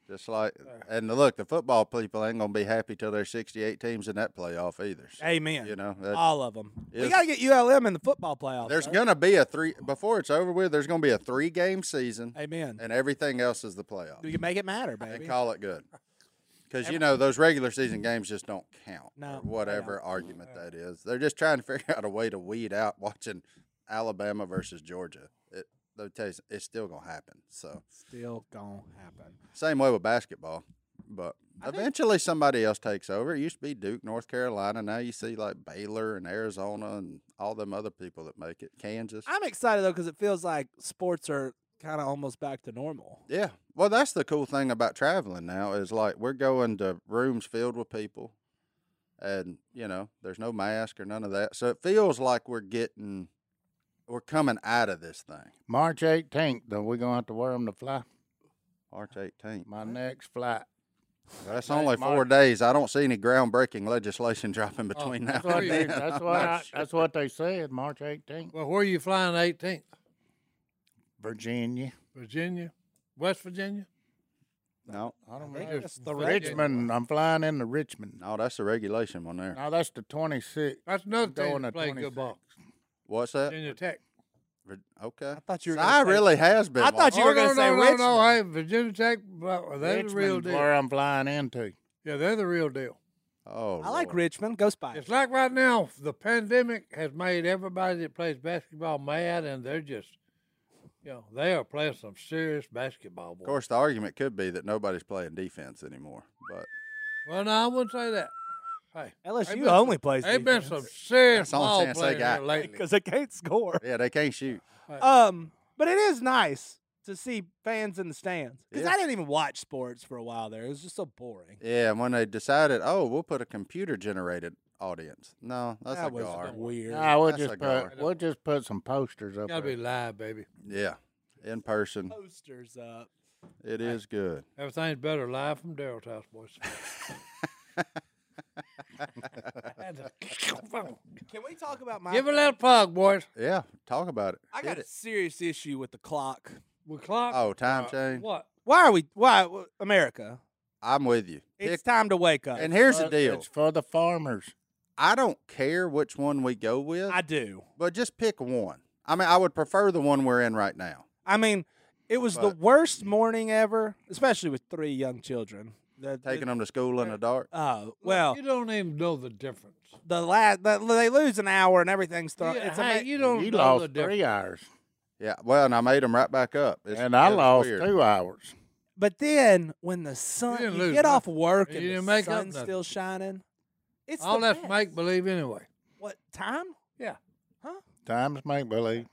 [SPEAKER 2] Just like, and look, the football people ain't gonna be happy till there's 68 teams in that playoff either. So,
[SPEAKER 5] Amen.
[SPEAKER 2] You know, that,
[SPEAKER 5] All of them. We
[SPEAKER 2] Is-
[SPEAKER 5] got to get ULM in the football playoffs.
[SPEAKER 2] there's
[SPEAKER 5] right?
[SPEAKER 2] gonna be a three before it's over with. There's gonna be a three game season,
[SPEAKER 5] Amen.
[SPEAKER 2] and everything else is the playoff.
[SPEAKER 5] We can make it matter,
[SPEAKER 2] and
[SPEAKER 5] baby.
[SPEAKER 2] call
[SPEAKER 5] *laughs*
[SPEAKER 2] it good. Because you know those regular season games just don't count. or
[SPEAKER 5] No, they
[SPEAKER 2] whatever argument that is, they're just trying to *laughs* figure out a way to weed out watching Alabama versus Georgia. It, they'll tell you, it's still gonna happen. So
[SPEAKER 5] Still gonna happen.
[SPEAKER 2] same way with basketball, but eventually somebody else takes over. It used to be Duke, North Carolina. Now you see like Baylor and Arizona and all them other people that make it. Kansas.
[SPEAKER 5] I'm excited though because it feels like sports are kind of almost back to normal.
[SPEAKER 2] Yeah. Well, that's the cool thing about traveling now is like we're going to rooms filled with people and, you know, there's no mask or none of that. So it feels like we're getting, we're coming out of this thing.
[SPEAKER 4] March 18th, though, we're going to have to wear them to fly.
[SPEAKER 2] March 18th.
[SPEAKER 4] My next flight.
[SPEAKER 2] That's
[SPEAKER 4] March-
[SPEAKER 2] only four
[SPEAKER 4] March. Oh,
[SPEAKER 2] days. I don't see any groundbreaking legislation *laughs* dropping between
[SPEAKER 3] that's
[SPEAKER 2] now
[SPEAKER 3] what
[SPEAKER 2] and
[SPEAKER 3] it is.
[SPEAKER 2] then.
[SPEAKER 4] That's
[SPEAKER 2] *laughs* I'm
[SPEAKER 4] what,
[SPEAKER 2] not
[SPEAKER 4] I,
[SPEAKER 2] sure.
[SPEAKER 4] that's what they said, March 18th.
[SPEAKER 3] Well, where are you flying? Eighteenth,
[SPEAKER 4] Virginia.
[SPEAKER 3] Virginia, West Virginia.
[SPEAKER 2] No,
[SPEAKER 4] I don't
[SPEAKER 3] think
[SPEAKER 4] know.
[SPEAKER 3] it's the
[SPEAKER 4] Richmond. I'm flying into Richmond.
[SPEAKER 2] no, Oh, that's the regulation one there.
[SPEAKER 4] No, that's the 26th.
[SPEAKER 3] That's another
[SPEAKER 4] Going
[SPEAKER 3] thing
[SPEAKER 4] to
[SPEAKER 3] to play
[SPEAKER 4] 26.
[SPEAKER 3] good ball.
[SPEAKER 2] What's that?
[SPEAKER 3] Virginia Tech.
[SPEAKER 2] Vir- Okay. I
[SPEAKER 5] thought you were gonna
[SPEAKER 2] I
[SPEAKER 5] say-
[SPEAKER 2] really has been.
[SPEAKER 5] I thought you
[SPEAKER 3] Oh,
[SPEAKER 5] were gonna
[SPEAKER 3] no,
[SPEAKER 5] say
[SPEAKER 3] no,
[SPEAKER 5] Richmond.
[SPEAKER 3] No, no, hey, Virginia Tech. Well, they're
[SPEAKER 4] Richmond's
[SPEAKER 3] the real deal.
[SPEAKER 4] where I'm flying into.
[SPEAKER 3] Yeah, they're the real deal.
[SPEAKER 2] Oh,
[SPEAKER 5] I like
[SPEAKER 2] Lord.
[SPEAKER 5] Richmond. Go Spikes.
[SPEAKER 3] It's like right now, the pandemic has made everybody that plays basketball mad, and they're just, you know, they are playing some serious basketball. Boy.
[SPEAKER 2] Of course, the argument could be that nobody's playing defense anymore, but
[SPEAKER 3] Well, no, I wouldn't say that. Hey,
[SPEAKER 5] LSU
[SPEAKER 3] been
[SPEAKER 5] only plays.
[SPEAKER 3] they've been some serious
[SPEAKER 2] That's the only
[SPEAKER 3] ball
[SPEAKER 2] chance they
[SPEAKER 3] players
[SPEAKER 2] got.
[SPEAKER 3] here lately.
[SPEAKER 5] because they can't score.
[SPEAKER 2] *laughs* yeah, they can't shoot.
[SPEAKER 5] Um, but it is nice to see fans in the stands because
[SPEAKER 2] Yeah.
[SPEAKER 5] I didn't even watch sports for a while there. It was just so boring.
[SPEAKER 2] Yeah, and when they decided, oh, we'll put a computer generated audience. No, that's
[SPEAKER 5] that
[SPEAKER 2] a
[SPEAKER 5] was
[SPEAKER 2] gar.
[SPEAKER 5] weird.
[SPEAKER 4] Nah, we'll
[SPEAKER 2] That's a
[SPEAKER 4] just
[SPEAKER 2] goer.
[SPEAKER 4] put we'll just put some posters up.
[SPEAKER 3] Gotta be
[SPEAKER 4] there.
[SPEAKER 3] live, baby.
[SPEAKER 2] Yeah, in person,
[SPEAKER 5] Oh, Posters up.
[SPEAKER 2] it is good.
[SPEAKER 3] Everything's better live from Daryl's house,
[SPEAKER 2] *laughs*
[SPEAKER 3] boys. *laughs* Had to-
[SPEAKER 5] Can we talk about my?
[SPEAKER 3] Give a little pug, boys.
[SPEAKER 2] Yeah, talk about it.
[SPEAKER 5] I
[SPEAKER 2] Hit
[SPEAKER 5] got a
[SPEAKER 2] it.
[SPEAKER 5] serious issue with the clock.
[SPEAKER 3] We clock.
[SPEAKER 2] Oh, time
[SPEAKER 3] uh,
[SPEAKER 2] change.
[SPEAKER 3] What?
[SPEAKER 5] Why are we? Why America?
[SPEAKER 2] I'm with you.
[SPEAKER 5] It's
[SPEAKER 2] Pick-
[SPEAKER 5] time to wake up.
[SPEAKER 2] and here's the
[SPEAKER 4] But
[SPEAKER 2] deal.
[SPEAKER 4] It's for the farmers.
[SPEAKER 2] I don't care which one we go with,
[SPEAKER 5] I do.
[SPEAKER 2] but just pick one. I mean, I would prefer the one we're in right now.
[SPEAKER 5] I mean, it was the
[SPEAKER 2] But-
[SPEAKER 5] worst morning ever, especially with three young children. The- the-
[SPEAKER 2] Taking them to school in the dark.
[SPEAKER 5] Oh well,
[SPEAKER 3] you don't even know the difference.
[SPEAKER 5] the last the, they lose an hour and everything's thrown.
[SPEAKER 3] Yeah,
[SPEAKER 5] it's
[SPEAKER 3] hey,
[SPEAKER 5] ama-
[SPEAKER 3] you don't
[SPEAKER 4] You
[SPEAKER 3] know the
[SPEAKER 4] lost
[SPEAKER 3] difference.
[SPEAKER 4] three hours,
[SPEAKER 2] Yeah. Well, and I made them right back up. It's-
[SPEAKER 4] and I
[SPEAKER 2] it's
[SPEAKER 4] lost
[SPEAKER 2] weird.
[SPEAKER 4] two hours.
[SPEAKER 5] But then when the sun,
[SPEAKER 3] didn't
[SPEAKER 5] you,
[SPEAKER 3] lose
[SPEAKER 5] get off work
[SPEAKER 3] You
[SPEAKER 5] and the
[SPEAKER 3] didn't make up
[SPEAKER 5] sun's
[SPEAKER 3] nothing.
[SPEAKER 5] still shining. It's
[SPEAKER 3] All
[SPEAKER 5] the
[SPEAKER 3] that's
[SPEAKER 5] best.
[SPEAKER 3] make believe anyway.
[SPEAKER 5] What time?
[SPEAKER 4] Times make believe.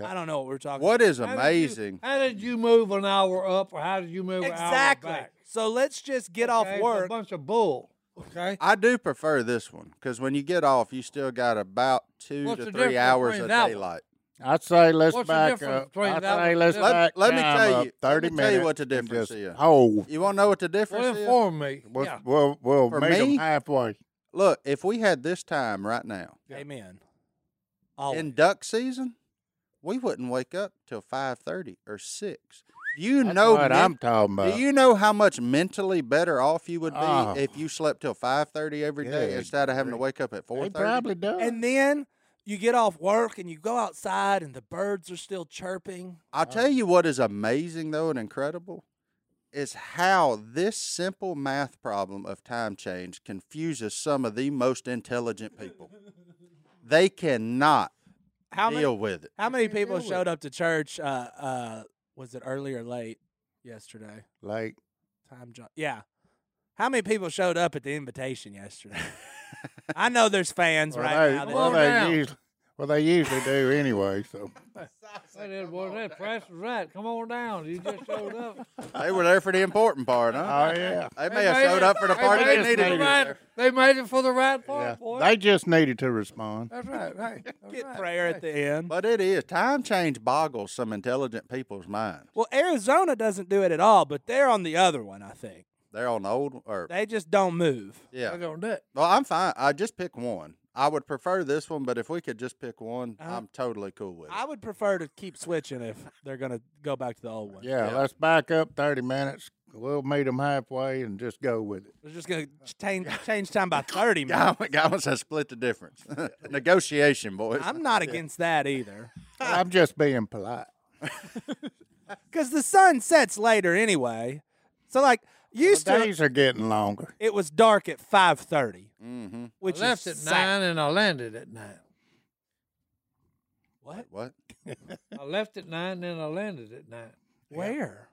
[SPEAKER 4] Yeah.
[SPEAKER 5] I don't know what we're talking.
[SPEAKER 2] What is
[SPEAKER 3] How did you-
[SPEAKER 2] amazing?
[SPEAKER 3] How did you move an hour up, or how did you move
[SPEAKER 5] about.
[SPEAKER 3] an hour
[SPEAKER 5] exactly.
[SPEAKER 3] back?
[SPEAKER 5] So let's just get
[SPEAKER 3] Okay,
[SPEAKER 5] off
[SPEAKER 3] it's A
[SPEAKER 5] work.
[SPEAKER 3] bunch of bull. Okay.
[SPEAKER 2] I do prefer this one because when you get off, you still got about two
[SPEAKER 3] What's
[SPEAKER 2] to
[SPEAKER 3] the
[SPEAKER 2] three
[SPEAKER 3] difference
[SPEAKER 2] hours
[SPEAKER 3] between
[SPEAKER 2] of
[SPEAKER 3] that one?
[SPEAKER 2] daylight.
[SPEAKER 4] I'd say let's
[SPEAKER 3] What's the
[SPEAKER 4] back
[SPEAKER 3] difference
[SPEAKER 4] up.
[SPEAKER 3] between
[SPEAKER 4] I'd
[SPEAKER 3] that
[SPEAKER 4] say
[SPEAKER 3] one
[SPEAKER 4] let's
[SPEAKER 3] and
[SPEAKER 2] this
[SPEAKER 4] back
[SPEAKER 2] one? Let me
[SPEAKER 4] time
[SPEAKER 2] tell
[SPEAKER 4] up
[SPEAKER 2] you- let
[SPEAKER 4] Thirty
[SPEAKER 2] me tell you
[SPEAKER 4] minutes
[SPEAKER 2] what the
[SPEAKER 4] and
[SPEAKER 2] difference
[SPEAKER 4] just
[SPEAKER 2] is.
[SPEAKER 4] Hold.
[SPEAKER 2] You want to know what the
[SPEAKER 3] Well,
[SPEAKER 2] difference is?
[SPEAKER 3] inform me.
[SPEAKER 4] We'll,
[SPEAKER 3] yeah.
[SPEAKER 4] we'll, we'll
[SPEAKER 2] For
[SPEAKER 4] meet 'em
[SPEAKER 2] me-
[SPEAKER 4] halfway.
[SPEAKER 2] Look, if we had this time right now
[SPEAKER 5] Amen.
[SPEAKER 3] Oh,
[SPEAKER 5] Always.
[SPEAKER 2] in duck season, we wouldn't wake up till five thirty or six. Do You
[SPEAKER 4] That's
[SPEAKER 2] know
[SPEAKER 4] what
[SPEAKER 2] men-
[SPEAKER 4] I'm talking about.
[SPEAKER 2] Do you know how much mentally better off you would be
[SPEAKER 4] Oh.
[SPEAKER 2] if you slept till five thirty every day
[SPEAKER 4] Good
[SPEAKER 2] instead of having to
[SPEAKER 4] grief.
[SPEAKER 2] wake up at four
[SPEAKER 4] They
[SPEAKER 2] thirty?
[SPEAKER 4] probably do.
[SPEAKER 5] and then you get off work and you go outside and the birds are still chirping.
[SPEAKER 2] I'll tell you what is amazing though and incredible is how this simple math problem of time change confuses some of the most intelligent people. They cannot
[SPEAKER 5] How many?
[SPEAKER 2] deal with it.
[SPEAKER 5] How many
[SPEAKER 3] can't
[SPEAKER 5] people
[SPEAKER 3] deal with
[SPEAKER 5] showed up to church? Uh, uh, was it early or late yesterday?
[SPEAKER 4] like
[SPEAKER 5] Time jump. Yeah. How many people showed up at the invitation yesterday? *laughs* I know there's fans
[SPEAKER 4] well,
[SPEAKER 5] right
[SPEAKER 4] they,
[SPEAKER 5] now. that-
[SPEAKER 4] well,
[SPEAKER 3] Come on down.
[SPEAKER 4] they usually, well, they usually do anyway.
[SPEAKER 3] *laughs*
[SPEAKER 4] So
[SPEAKER 3] That is what it is. Price is right. Come on down. You just showed up.
[SPEAKER 2] They were there for the important part,
[SPEAKER 5] Uh,
[SPEAKER 4] oh
[SPEAKER 2] huh?
[SPEAKER 4] yeah,
[SPEAKER 2] They may have showed up for the
[SPEAKER 3] They
[SPEAKER 2] party
[SPEAKER 3] made
[SPEAKER 2] they
[SPEAKER 3] it for
[SPEAKER 2] needed.
[SPEAKER 3] the
[SPEAKER 2] to be
[SPEAKER 3] right-
[SPEAKER 2] there.
[SPEAKER 3] They made it for the right part,
[SPEAKER 4] yeah.
[SPEAKER 3] boy.
[SPEAKER 4] they just needed to respond.
[SPEAKER 3] That's right. Hey,
[SPEAKER 2] *laughs*
[SPEAKER 3] that's
[SPEAKER 5] Get
[SPEAKER 3] right.
[SPEAKER 5] prayer at the end.
[SPEAKER 2] But it is time change boggles some intelligent people's mind.
[SPEAKER 5] Well, Arizona doesn't do it at all, but they're on the other one. I think
[SPEAKER 2] They're on the old or
[SPEAKER 5] they just don't move.
[SPEAKER 3] I
[SPEAKER 2] yeah.
[SPEAKER 3] don't do it.
[SPEAKER 2] Well, I'm fine. I just pick one. I would prefer this one, but if we could just pick one,
[SPEAKER 5] Uh-huh.
[SPEAKER 2] I'm totally cool with it.
[SPEAKER 5] I would prefer to keep switching if they're gonna go back to the old one.
[SPEAKER 4] Yeah,
[SPEAKER 2] Yeah.
[SPEAKER 4] let's back up thirty minutes. We'll meet them halfway and just go with
[SPEAKER 3] *laughs*
[SPEAKER 4] it.
[SPEAKER 5] They're just gonna change change time by thirty minutes.
[SPEAKER 2] *laughs* Guy, guy wants to split the difference. *laughs* Negotiation, boys.
[SPEAKER 5] I'm not against that either.
[SPEAKER 4] I'm just being polite.
[SPEAKER 5] because the sun sets later anyway. So like used to,
[SPEAKER 4] The days are getting longer.
[SPEAKER 5] it was dark at five thirty,
[SPEAKER 2] mm-hmm.
[SPEAKER 5] which
[SPEAKER 3] I left at
[SPEAKER 5] is sad.
[SPEAKER 3] nine and I landed at nine.
[SPEAKER 5] What?
[SPEAKER 3] *laughs*
[SPEAKER 2] What? *laughs*
[SPEAKER 3] I left at nine and then I landed at nine.
[SPEAKER 5] Where?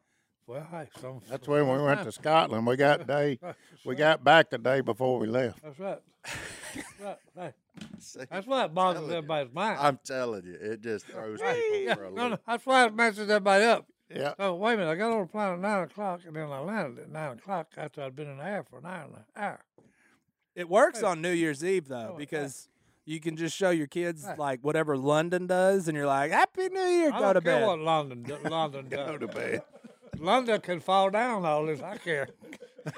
[SPEAKER 3] Well, hey, some.
[SPEAKER 4] That's when we went to Scotland. We got day. We got back the day before we left.
[SPEAKER 3] That's right. That's right. Hey,
[SPEAKER 2] See,
[SPEAKER 3] That's why
[SPEAKER 2] *laughs*
[SPEAKER 3] it bothers
[SPEAKER 2] telling you.
[SPEAKER 3] everybody's mind.
[SPEAKER 2] I'm telling you, it just throws people for a
[SPEAKER 3] no, no,
[SPEAKER 2] loop.
[SPEAKER 3] that's why it messes everybody up.
[SPEAKER 4] *laughs* Yeah.
[SPEAKER 3] So wait a minute, I got on the plane at nine o'clock and then I landed at nine o'clock after I'd been in the air for an hour and a hour.
[SPEAKER 5] It works on New Year's Eve though
[SPEAKER 3] Oh,
[SPEAKER 5] because you can just show your kids
[SPEAKER 3] Right.
[SPEAKER 5] like whatever London does, and you're like, "Happy New Year."
[SPEAKER 3] I
[SPEAKER 5] Go
[SPEAKER 3] don't
[SPEAKER 5] to
[SPEAKER 3] care
[SPEAKER 5] bed.
[SPEAKER 3] what London
[SPEAKER 2] *laughs*
[SPEAKER 3] do, London does.
[SPEAKER 4] to
[SPEAKER 3] *laughs*
[SPEAKER 4] bed.
[SPEAKER 3] London can fall down all this. I care.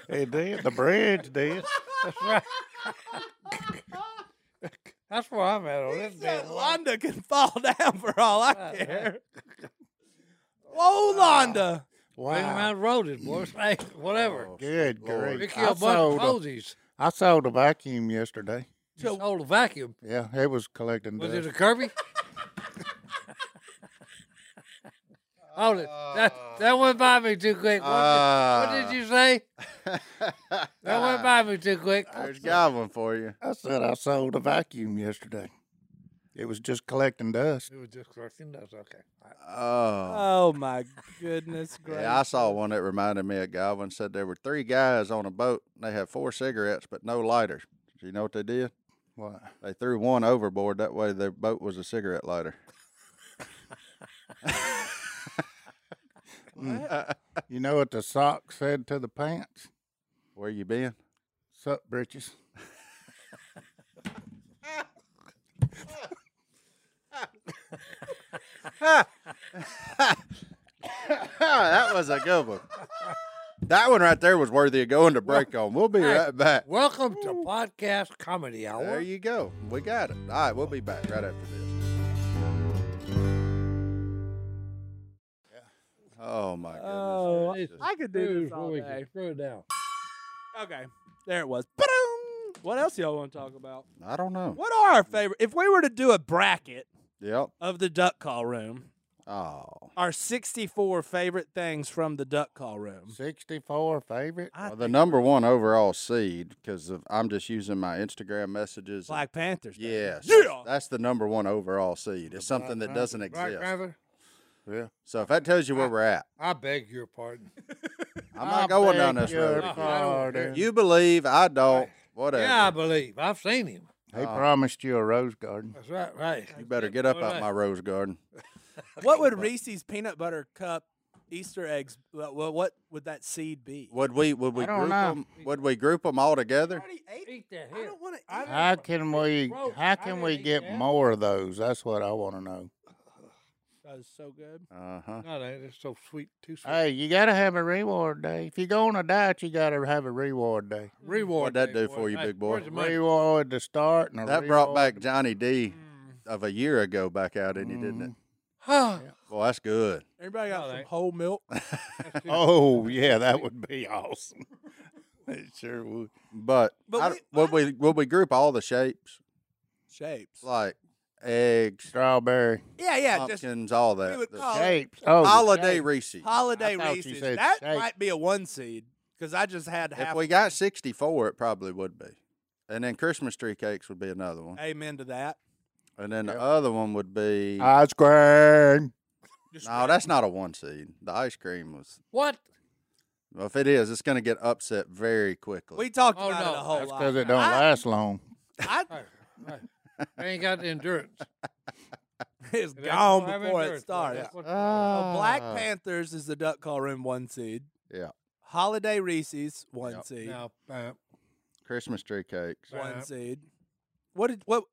[SPEAKER 4] It did. The bridge did.
[SPEAKER 3] *laughs* That's where I'm at on this
[SPEAKER 5] That
[SPEAKER 3] damn
[SPEAKER 5] Londa can fall *laughs* down for all I
[SPEAKER 3] *laughs*
[SPEAKER 5] care.
[SPEAKER 3] Oh.
[SPEAKER 5] Whoa, Londa!
[SPEAKER 3] Bring
[SPEAKER 4] Wow.
[SPEAKER 3] around roses, boys. Hey,
[SPEAKER 2] Oh.
[SPEAKER 3] *laughs* whatever.
[SPEAKER 4] Good
[SPEAKER 2] Lord.
[SPEAKER 3] We
[SPEAKER 4] grief.
[SPEAKER 3] kill
[SPEAKER 4] I
[SPEAKER 3] a bunch
[SPEAKER 4] sold
[SPEAKER 3] of
[SPEAKER 4] a,
[SPEAKER 3] posies.
[SPEAKER 4] I sold a vacuum yesterday.
[SPEAKER 3] Just hold a vacuum.
[SPEAKER 4] Yeah, it was collecting
[SPEAKER 3] Was it
[SPEAKER 4] dust.
[SPEAKER 3] a Kirby? *laughs* hold it. That, that went by me too quick. What, did, what did
[SPEAKER 2] Ah.
[SPEAKER 3] you say? That went
[SPEAKER 2] *laughs*
[SPEAKER 3] by me too quick.
[SPEAKER 2] There's goblin for you.
[SPEAKER 4] I said I sold a vacuum yesterday. It was just collecting dust.
[SPEAKER 3] It was just correcting. That's okay.
[SPEAKER 2] Oh.
[SPEAKER 5] Oh my goodness gracious!
[SPEAKER 2] Yeah, I saw one that reminded me of Goblin. Said there were three guys on a boat. And they had four cigarettes, but no lighters. Do you know what they did?
[SPEAKER 4] What?
[SPEAKER 2] They threw one overboard. That way, their boat was a cigarette lighter.
[SPEAKER 4] Mm.
[SPEAKER 5] What?
[SPEAKER 4] You know what the sock said to the pants?
[SPEAKER 2] Where you been?
[SPEAKER 4] Sup, britches.
[SPEAKER 2] *laughs* that was a good one. That one right there was worthy of going to break on. We'll be right back.
[SPEAKER 3] Welcome to Podcast Comedy Hour.
[SPEAKER 2] There you go. We got it. All right, we'll be back right after this. Oh my goodness.
[SPEAKER 5] Oh,
[SPEAKER 2] This is-
[SPEAKER 5] I could do
[SPEAKER 3] Here's
[SPEAKER 5] this
[SPEAKER 3] where
[SPEAKER 5] all
[SPEAKER 3] we
[SPEAKER 5] day.
[SPEAKER 3] can screw down.
[SPEAKER 5] Okay, there it was. Ba-dum! What else y'all want to talk about?
[SPEAKER 2] I don't know.
[SPEAKER 5] What are our favorite? If we were to do a bracket
[SPEAKER 2] Yep.
[SPEAKER 5] of the duck call room,
[SPEAKER 2] Oh.
[SPEAKER 5] our 64 favorite things from the duck call room.
[SPEAKER 4] 64 favorite.
[SPEAKER 5] Mm. I
[SPEAKER 2] Well, the
[SPEAKER 5] think
[SPEAKER 2] number one overall seed, because I'm just using my Instagram messages. and-
[SPEAKER 5] Black Panthers. baby.
[SPEAKER 2] Yes.
[SPEAKER 5] Yeah.
[SPEAKER 2] That's, that's the number one overall seed. It's something that doesn't
[SPEAKER 3] Black
[SPEAKER 2] exist.
[SPEAKER 3] Panther,
[SPEAKER 4] Yeah.
[SPEAKER 2] So if that tells you where we're at,
[SPEAKER 3] I beg your pardon.
[SPEAKER 2] I'm not going down this road. with you.
[SPEAKER 4] Pardon.
[SPEAKER 2] You believe, I don't, whatever.
[SPEAKER 3] Yeah, I believe. I've seen him.
[SPEAKER 4] He
[SPEAKER 2] Oh.
[SPEAKER 4] promised you a rose garden.
[SPEAKER 3] That's right, right.
[SPEAKER 2] you better get up out my rose garden.
[SPEAKER 5] What would Reese's peanut butter cup Easter eggs? Well, well, what would that seed be?
[SPEAKER 2] Would we would we
[SPEAKER 4] I don't
[SPEAKER 2] group
[SPEAKER 4] know.
[SPEAKER 2] them? Would we group 'em all together?
[SPEAKER 3] Eat that
[SPEAKER 5] I
[SPEAKER 3] here.
[SPEAKER 5] don't want to.
[SPEAKER 3] I don't-
[SPEAKER 4] How can we
[SPEAKER 3] Broke. I
[SPEAKER 4] how can we
[SPEAKER 3] didn't eat
[SPEAKER 4] get
[SPEAKER 3] that.
[SPEAKER 4] more of those? That's what I want to know.
[SPEAKER 5] That was so good.
[SPEAKER 2] Uh huh.
[SPEAKER 3] No, that is so sweet. Too sweet.
[SPEAKER 4] Hey, you gotta have a reward day. If you go on a diet, you gotta have a reward day.
[SPEAKER 3] Reward.
[SPEAKER 2] What'd that
[SPEAKER 3] day,
[SPEAKER 2] do for you,
[SPEAKER 3] Hey,
[SPEAKER 2] big boy?
[SPEAKER 3] where's the money? *sighs*
[SPEAKER 4] Reward to start and a
[SPEAKER 2] That brought
[SPEAKER 4] reward
[SPEAKER 2] back
[SPEAKER 4] to-
[SPEAKER 2] Johnny D
[SPEAKER 5] Mm.
[SPEAKER 2] of a year ago back out in you, didn't it? Well, that's good.
[SPEAKER 5] Everybody got
[SPEAKER 3] No,
[SPEAKER 5] some
[SPEAKER 3] they-
[SPEAKER 5] whole milk.
[SPEAKER 2] *laughs*
[SPEAKER 4] Oh yeah, that would be awesome. it sure would.
[SPEAKER 2] But,
[SPEAKER 5] But
[SPEAKER 2] I-
[SPEAKER 5] we-
[SPEAKER 2] would we would we group all the shapes
[SPEAKER 5] Shapes.
[SPEAKER 2] like eggs,
[SPEAKER 4] Strawberry.
[SPEAKER 5] Yeah, yeah. Just
[SPEAKER 2] pumpkins, all that?
[SPEAKER 5] would
[SPEAKER 2] The
[SPEAKER 5] call-
[SPEAKER 4] Shapes. Oh,
[SPEAKER 2] holiday
[SPEAKER 4] shapes.
[SPEAKER 2] Reese's.
[SPEAKER 5] holiday
[SPEAKER 4] I thought you
[SPEAKER 5] Reese's.
[SPEAKER 4] said
[SPEAKER 5] That
[SPEAKER 4] shake.
[SPEAKER 5] might be a one seed because I just had half.
[SPEAKER 2] If we
[SPEAKER 5] of
[SPEAKER 2] got 64, it probably would be. And then Christmas tree cakes would be another one.
[SPEAKER 5] it. amen to that.
[SPEAKER 2] And then the
[SPEAKER 4] Yep.
[SPEAKER 2] other one would be.
[SPEAKER 4] Ice cream.
[SPEAKER 2] no, that's not a one seed. The ice cream was.
[SPEAKER 3] What?
[SPEAKER 2] Well, if it is, it's going to get upset very quickly.
[SPEAKER 5] We talked
[SPEAKER 3] Oh,
[SPEAKER 5] about
[SPEAKER 3] no,
[SPEAKER 5] it a whole
[SPEAKER 4] That's
[SPEAKER 5] lot.
[SPEAKER 4] because it don't
[SPEAKER 5] I-
[SPEAKER 4] last long.
[SPEAKER 5] I,
[SPEAKER 3] Hey, hey. I ain't got the
[SPEAKER 2] *laughs*
[SPEAKER 3] endurance.
[SPEAKER 5] *laughs* it's
[SPEAKER 3] It ain't-
[SPEAKER 5] gone
[SPEAKER 3] I have
[SPEAKER 5] before it
[SPEAKER 3] endurance, boy.
[SPEAKER 5] started.
[SPEAKER 3] That's what-
[SPEAKER 5] So Black
[SPEAKER 2] Ah.
[SPEAKER 5] Panthers is the Duck Call Room one seed.
[SPEAKER 2] Yeah.
[SPEAKER 5] Holiday Reese's one
[SPEAKER 2] Yep.
[SPEAKER 5] seed.
[SPEAKER 3] Now, uh,
[SPEAKER 2] Christmas tree cakes.
[SPEAKER 5] One
[SPEAKER 3] Yep.
[SPEAKER 5] seed. What did what?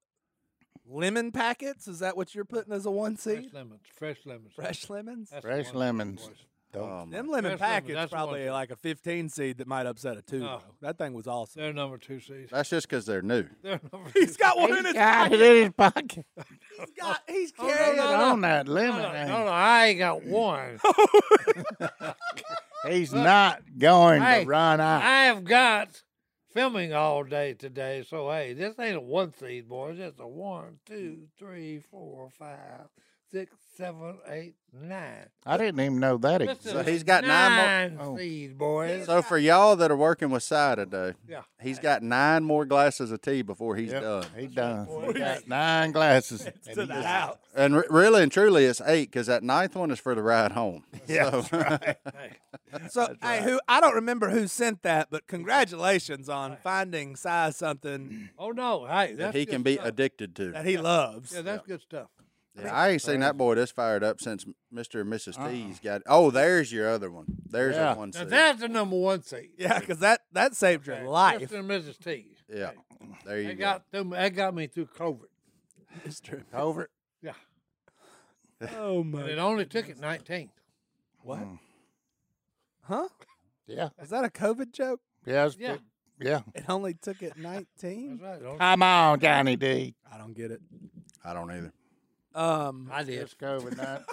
[SPEAKER 5] Lemon packets? Is that what you're putting as a one
[SPEAKER 3] fresh
[SPEAKER 5] seed?
[SPEAKER 3] lemons. Fresh lemons.
[SPEAKER 5] Fresh lemons.
[SPEAKER 3] That's the
[SPEAKER 4] Fresh
[SPEAKER 3] one, big
[SPEAKER 4] lemons.
[SPEAKER 3] boys.
[SPEAKER 4] Don't.
[SPEAKER 2] Um,
[SPEAKER 5] Them lemon
[SPEAKER 3] fresh lemons,
[SPEAKER 5] packets
[SPEAKER 3] that's the one
[SPEAKER 5] probably
[SPEAKER 3] seed.
[SPEAKER 5] like a 15 seed that might upset a two.
[SPEAKER 3] No.
[SPEAKER 5] though. That thing was awesome.
[SPEAKER 3] They're number two seeds.
[SPEAKER 2] that's just because they're new.
[SPEAKER 3] They're number
[SPEAKER 5] *laughs*
[SPEAKER 3] two.
[SPEAKER 5] He's got one in his
[SPEAKER 4] got it
[SPEAKER 5] pocket.
[SPEAKER 4] in his pocket.
[SPEAKER 5] *laughs* He's got. He's
[SPEAKER 3] Oh, no,
[SPEAKER 4] Get
[SPEAKER 5] carrying.
[SPEAKER 3] no, no.
[SPEAKER 4] on that
[SPEAKER 3] No,
[SPEAKER 4] lemon.
[SPEAKER 3] no,
[SPEAKER 4] man.
[SPEAKER 3] no, no, I ain't got one.
[SPEAKER 4] He's not going
[SPEAKER 3] Hey,
[SPEAKER 4] to run out.
[SPEAKER 3] I have got filming all day today, so hey, this ain't a one seed, boys. It's a one, two, three, four, five, six, seven, eight, nine.
[SPEAKER 4] I, didn't even know that
[SPEAKER 3] This
[SPEAKER 4] existed.
[SPEAKER 3] is
[SPEAKER 2] he's got nine
[SPEAKER 3] nine
[SPEAKER 4] Oh.
[SPEAKER 3] seed, boys.
[SPEAKER 2] So for y'all that are working with Cy today,
[SPEAKER 3] Yeah.
[SPEAKER 2] he's got nine more glasses of tea before he's
[SPEAKER 4] Yep,
[SPEAKER 2] done.
[SPEAKER 4] He done.
[SPEAKER 5] boy.
[SPEAKER 4] He got nine
[SPEAKER 3] *laughs*
[SPEAKER 4] glasses. And
[SPEAKER 5] to
[SPEAKER 4] he
[SPEAKER 5] the
[SPEAKER 4] just-
[SPEAKER 5] house.
[SPEAKER 2] And re- really and truly, it's eight because that ninth one is for the ride home.
[SPEAKER 4] Yeah,
[SPEAKER 2] So-
[SPEAKER 4] that's
[SPEAKER 2] *laughs*
[SPEAKER 4] right.
[SPEAKER 5] So, hey, who I don't remember who sent that, but congratulations on finding size something *clears throat*
[SPEAKER 3] Oh no, hey,
[SPEAKER 2] that
[SPEAKER 3] that's
[SPEAKER 2] he
[SPEAKER 3] good
[SPEAKER 2] can be
[SPEAKER 3] stuff.
[SPEAKER 2] addicted to.
[SPEAKER 5] that he loves.
[SPEAKER 3] Yeah, that's good stuff.
[SPEAKER 2] Yeah, I ain't seen that boy this fired up since M- Mr. and missus T's got. Oh, there's your other one. There's
[SPEAKER 4] Yeah.
[SPEAKER 2] the one.
[SPEAKER 3] Now
[SPEAKER 2] seed.
[SPEAKER 3] that's the number one seed.
[SPEAKER 5] Yeah, because that that saved your life. *laughs*
[SPEAKER 3] Mr. and Mrs. T.
[SPEAKER 2] yeah, there you
[SPEAKER 3] That
[SPEAKER 2] go.
[SPEAKER 3] got them. That got me through COVID.
[SPEAKER 5] *laughs*
[SPEAKER 4] Over.
[SPEAKER 3] Yeah,
[SPEAKER 5] Oh
[SPEAKER 3] and
[SPEAKER 5] my! Mm.
[SPEAKER 3] it only took it 19.
[SPEAKER 5] What? Huh?
[SPEAKER 4] Mm. Yeah.
[SPEAKER 5] Is that a COVID joke?
[SPEAKER 4] Yeah. it's
[SPEAKER 3] Yeah.
[SPEAKER 4] good. Yeah.
[SPEAKER 5] It only took *laughs* it
[SPEAKER 3] That's
[SPEAKER 5] 19.
[SPEAKER 3] right. it only-
[SPEAKER 4] Come on, Johnny D.
[SPEAKER 5] I don't get it.
[SPEAKER 2] I don't either.
[SPEAKER 5] Um,
[SPEAKER 3] I did.
[SPEAKER 4] It's COVID 19.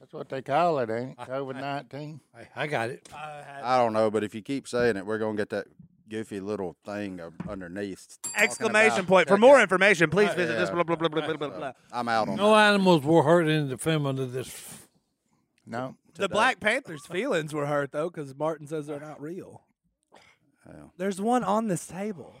[SPEAKER 4] That's what they call it,
[SPEAKER 3] *laughs*
[SPEAKER 4] ain't it? COVID 19.
[SPEAKER 3] I, I got it.
[SPEAKER 5] Uh,
[SPEAKER 2] I don't know, but if you keep saying it, we're gonna get that goofy little thing of- underneath. talking
[SPEAKER 5] exclamation
[SPEAKER 2] about-
[SPEAKER 5] point! For more information, please
[SPEAKER 2] visit
[SPEAKER 5] visit this.
[SPEAKER 2] this yeah.
[SPEAKER 5] Blah
[SPEAKER 2] blah,
[SPEAKER 5] blah blah blah blah blah.
[SPEAKER 2] So, I'm out on
[SPEAKER 3] No
[SPEAKER 2] that.
[SPEAKER 3] animals were hurt in the film under this.
[SPEAKER 4] No.
[SPEAKER 5] The Black *laughs* Panthers' feelings were hurt though, because Martin says they're not real.
[SPEAKER 2] Well,
[SPEAKER 5] There's one on this table.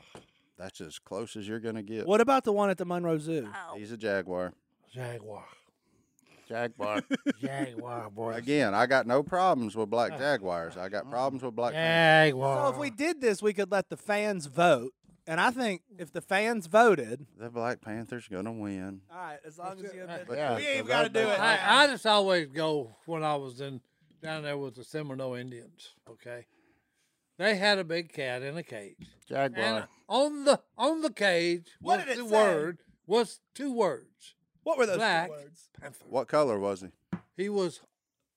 [SPEAKER 2] that's as close as you're gonna get.
[SPEAKER 5] What about the one at the Monroe Zoo?
[SPEAKER 2] He's a jaguar.
[SPEAKER 3] Jaguar. *laughs*
[SPEAKER 4] Jaguar.
[SPEAKER 3] Jaguar, boy.
[SPEAKER 2] Again, I got no problems with
[SPEAKER 5] uh,
[SPEAKER 2] black jaguars. I got problems with black.
[SPEAKER 3] Jaguar.
[SPEAKER 5] So if we did this, we could let the fans vote, And I think if the fans voted,
[SPEAKER 2] The Black Panther's gonna win.
[SPEAKER 5] all right, as long as you admit,
[SPEAKER 4] Yeah,
[SPEAKER 5] we ain't
[SPEAKER 4] 'cause
[SPEAKER 5] got to
[SPEAKER 4] I-
[SPEAKER 5] do it.
[SPEAKER 3] I, I just always go when I was in down there with the Seminole Indians. Okay, they had a big cat in a cage, and
[SPEAKER 4] Jaguar.
[SPEAKER 3] on the on the cage
[SPEAKER 5] What
[SPEAKER 3] was
[SPEAKER 5] did it
[SPEAKER 3] the
[SPEAKER 5] say?
[SPEAKER 3] word was two words.
[SPEAKER 5] what were those two
[SPEAKER 3] Black
[SPEAKER 5] words?
[SPEAKER 3] *laughs* Panther.
[SPEAKER 2] What color was he?
[SPEAKER 3] He was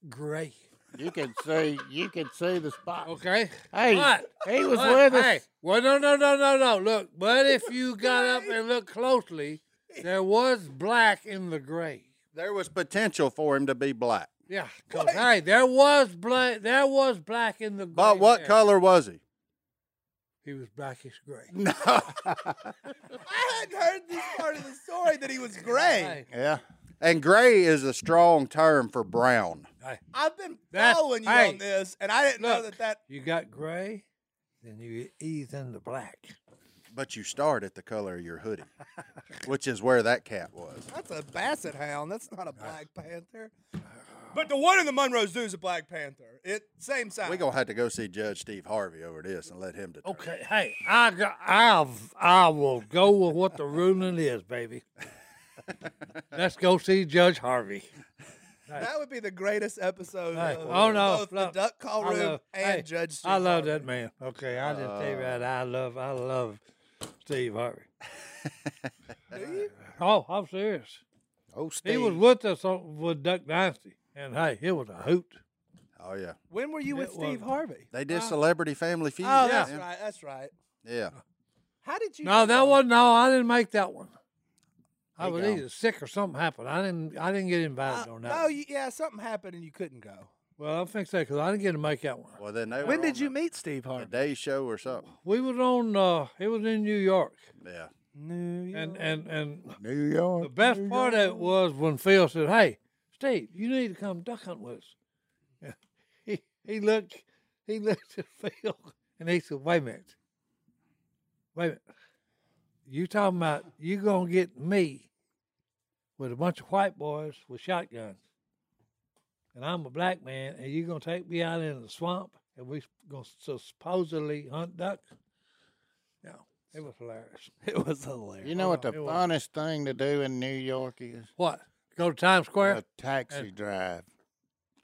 [SPEAKER 3] gray.
[SPEAKER 4] You could see you could see the spot.
[SPEAKER 3] Okay.
[SPEAKER 4] Hey,
[SPEAKER 3] But-
[SPEAKER 4] he was
[SPEAKER 3] but,
[SPEAKER 4] with us.
[SPEAKER 3] Hey, well, no, no, no, no, no. Look, but if you got up and looked
[SPEAKER 5] *laughs*
[SPEAKER 3] closely, there was black in the gray.
[SPEAKER 2] There was potential for him to be black.
[SPEAKER 3] Yeah, 'cause, hey, there was black. There was black in the. Gray
[SPEAKER 2] But what
[SPEAKER 3] there.
[SPEAKER 2] color was *laughs* he?
[SPEAKER 3] He was blackish gray.
[SPEAKER 2] No.
[SPEAKER 5] I hadn't heard this part of the story that he was gray.
[SPEAKER 3] Hey,
[SPEAKER 4] Yeah.
[SPEAKER 2] and gray is a strong term for brown.
[SPEAKER 5] I've been
[SPEAKER 3] That's-
[SPEAKER 5] following you
[SPEAKER 3] hey,
[SPEAKER 5] on this, and I didn't know
[SPEAKER 3] look.
[SPEAKER 5] that that.
[SPEAKER 3] you got gray, then you ease into black.
[SPEAKER 2] But you start at the color of your *laughs* hoodie, which is where that cat was.
[SPEAKER 5] That's a basset hound. That's not a black panther. But the one in the Monroe Zoo is a black panther. It same size.
[SPEAKER 2] We're gonna have to go see Judge Steve Harvey over this and let him determine.
[SPEAKER 3] Okay, hey, I got, I'll, I will go with what the ruling is, baby. Let's go see *laughs* Judge Harvey.
[SPEAKER 5] That would be the greatest episode.
[SPEAKER 3] Hey,
[SPEAKER 5] of
[SPEAKER 3] oh, no,
[SPEAKER 5] both
[SPEAKER 3] look,
[SPEAKER 5] the duck call
[SPEAKER 3] I
[SPEAKER 5] room
[SPEAKER 3] love-
[SPEAKER 5] and
[SPEAKER 3] hey,
[SPEAKER 5] Judge. Steve
[SPEAKER 3] I love
[SPEAKER 5] Harvey.
[SPEAKER 3] that man. Okay, I just tell you that I love, I love Steve Harvey. Oh, I'm serious.
[SPEAKER 4] Oh,
[SPEAKER 3] He was
[SPEAKER 4] Steve.
[SPEAKER 3] with us on, with Duck Dynasty, and hey, it was a hoot.
[SPEAKER 2] Oh yeah,
[SPEAKER 5] When were you with
[SPEAKER 3] It
[SPEAKER 5] Steve
[SPEAKER 3] was-
[SPEAKER 5] Harvey?
[SPEAKER 2] they did Celebrity Family Feud.
[SPEAKER 5] Oh, that's
[SPEAKER 2] man.
[SPEAKER 5] right. That's right.
[SPEAKER 2] Yeah.
[SPEAKER 5] How did you?
[SPEAKER 3] No,
[SPEAKER 5] do
[SPEAKER 3] that
[SPEAKER 5] one.
[SPEAKER 3] one. No, I didn't make that one. I
[SPEAKER 2] He
[SPEAKER 3] was
[SPEAKER 2] gone.
[SPEAKER 3] either sick or something happened. I didn't. I didn't get invited
[SPEAKER 5] Uh,
[SPEAKER 3] on that.
[SPEAKER 5] no,
[SPEAKER 3] one.
[SPEAKER 5] you, yeah, something happened and you couldn't go.
[SPEAKER 3] Well, I think so because I didn't get to make that one.
[SPEAKER 2] Well, then they were
[SPEAKER 5] When
[SPEAKER 2] on
[SPEAKER 5] did you
[SPEAKER 2] the-
[SPEAKER 5] meet Steve
[SPEAKER 2] the
[SPEAKER 5] Harvey?
[SPEAKER 2] Day Show or something?
[SPEAKER 3] We was on. Uh, it was in New York,
[SPEAKER 2] Yeah.
[SPEAKER 5] New York. *laughs*
[SPEAKER 3] and and and
[SPEAKER 4] New York.
[SPEAKER 3] the best part of it was when Phil said, "Hey, Steve, you need to come duck hunt with us." *laughs* Yeah. He he looked he looked at Phil and he said, "Wait a minute, wait a minute. You talking about you gonna get me with a bunch of white boys with shotguns, and I'm a black man, and you gonna take me out in the swamp and we gonna supposedly hunt duck?" No, it was hilarious.
[SPEAKER 5] it was hilarious.
[SPEAKER 4] You know what the
[SPEAKER 3] It was.
[SPEAKER 4] funnest thing to do in New York is?
[SPEAKER 3] What? Go to Times Square?
[SPEAKER 4] A taxi drive.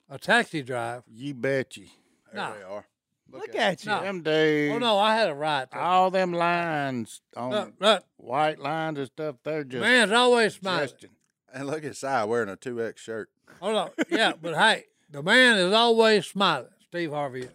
[SPEAKER 3] a taxi drive.
[SPEAKER 4] You bet you.
[SPEAKER 2] There
[SPEAKER 3] Nah.
[SPEAKER 2] they are.
[SPEAKER 5] Look, at you.
[SPEAKER 3] No.
[SPEAKER 4] Them dudes.
[SPEAKER 3] Oh no, I had a ride. To
[SPEAKER 4] All them lines on
[SPEAKER 3] look, look,
[SPEAKER 4] white lines and stuff, they're just
[SPEAKER 3] man's always smiling.
[SPEAKER 4] suggesting.
[SPEAKER 2] And look at Si wearing a two X shirt.
[SPEAKER 3] Hold on, yeah, but hey, the man is always smiling. Steve Harvey is.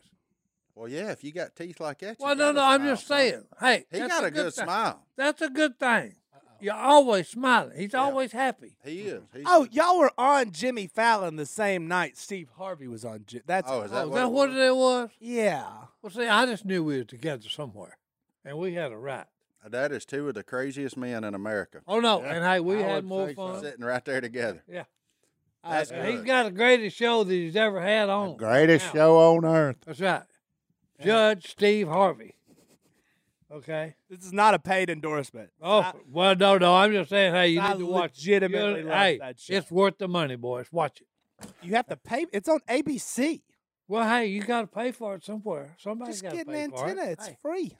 [SPEAKER 2] Well, yeah, if you got teeth like that. you
[SPEAKER 3] Well, no,
[SPEAKER 2] gotta
[SPEAKER 3] no, I'm
[SPEAKER 2] smile,
[SPEAKER 3] just
[SPEAKER 2] son.
[SPEAKER 3] saying. Hey,
[SPEAKER 2] He
[SPEAKER 3] that's
[SPEAKER 2] got a good,
[SPEAKER 3] thing.
[SPEAKER 2] smile.
[SPEAKER 3] That's a good thing. You're always smiling. He's always happy.
[SPEAKER 2] He is. He's
[SPEAKER 5] Oh, y'all were on Jimmy Fallon the same night Steve Harvey was on. Ji- That's
[SPEAKER 2] Oh, is that
[SPEAKER 3] Oh,
[SPEAKER 2] what
[SPEAKER 3] that
[SPEAKER 2] it
[SPEAKER 3] what
[SPEAKER 2] was?
[SPEAKER 3] it was?
[SPEAKER 5] yeah.
[SPEAKER 3] Well, see, I just knew we were together somewhere, and we had a ride.
[SPEAKER 2] That is two of the craziest men in America
[SPEAKER 3] Oh no,
[SPEAKER 4] Yeah,
[SPEAKER 3] and hey, we
[SPEAKER 4] I
[SPEAKER 3] had
[SPEAKER 4] would
[SPEAKER 3] more
[SPEAKER 4] think so.
[SPEAKER 3] fun.
[SPEAKER 2] sitting right there together.
[SPEAKER 3] Yeah,
[SPEAKER 2] That's
[SPEAKER 3] Uh, he's
[SPEAKER 2] good.
[SPEAKER 3] got the greatest show that he's ever had
[SPEAKER 4] The
[SPEAKER 3] on.
[SPEAKER 4] greatest
[SPEAKER 3] Now.
[SPEAKER 4] show on earth.
[SPEAKER 3] That's right. Judge Steve Harvey. Okay.
[SPEAKER 5] This is not a paid endorsement.
[SPEAKER 3] Oh
[SPEAKER 5] I-
[SPEAKER 3] well, no, no. I'm just saying, hey, you
[SPEAKER 5] I
[SPEAKER 3] need to watch.
[SPEAKER 5] legitimately
[SPEAKER 3] you
[SPEAKER 5] love
[SPEAKER 3] hey,
[SPEAKER 5] that show.
[SPEAKER 3] it's worth the money, boys. Watch it.
[SPEAKER 5] you have to pay. It's on ABC.
[SPEAKER 3] Well, hey, you got to pay for it somewhere. Somebody's
[SPEAKER 5] Just
[SPEAKER 3] got to
[SPEAKER 5] get an
[SPEAKER 3] pay
[SPEAKER 5] antenna.
[SPEAKER 3] for it.
[SPEAKER 5] It's
[SPEAKER 3] hey,
[SPEAKER 5] free.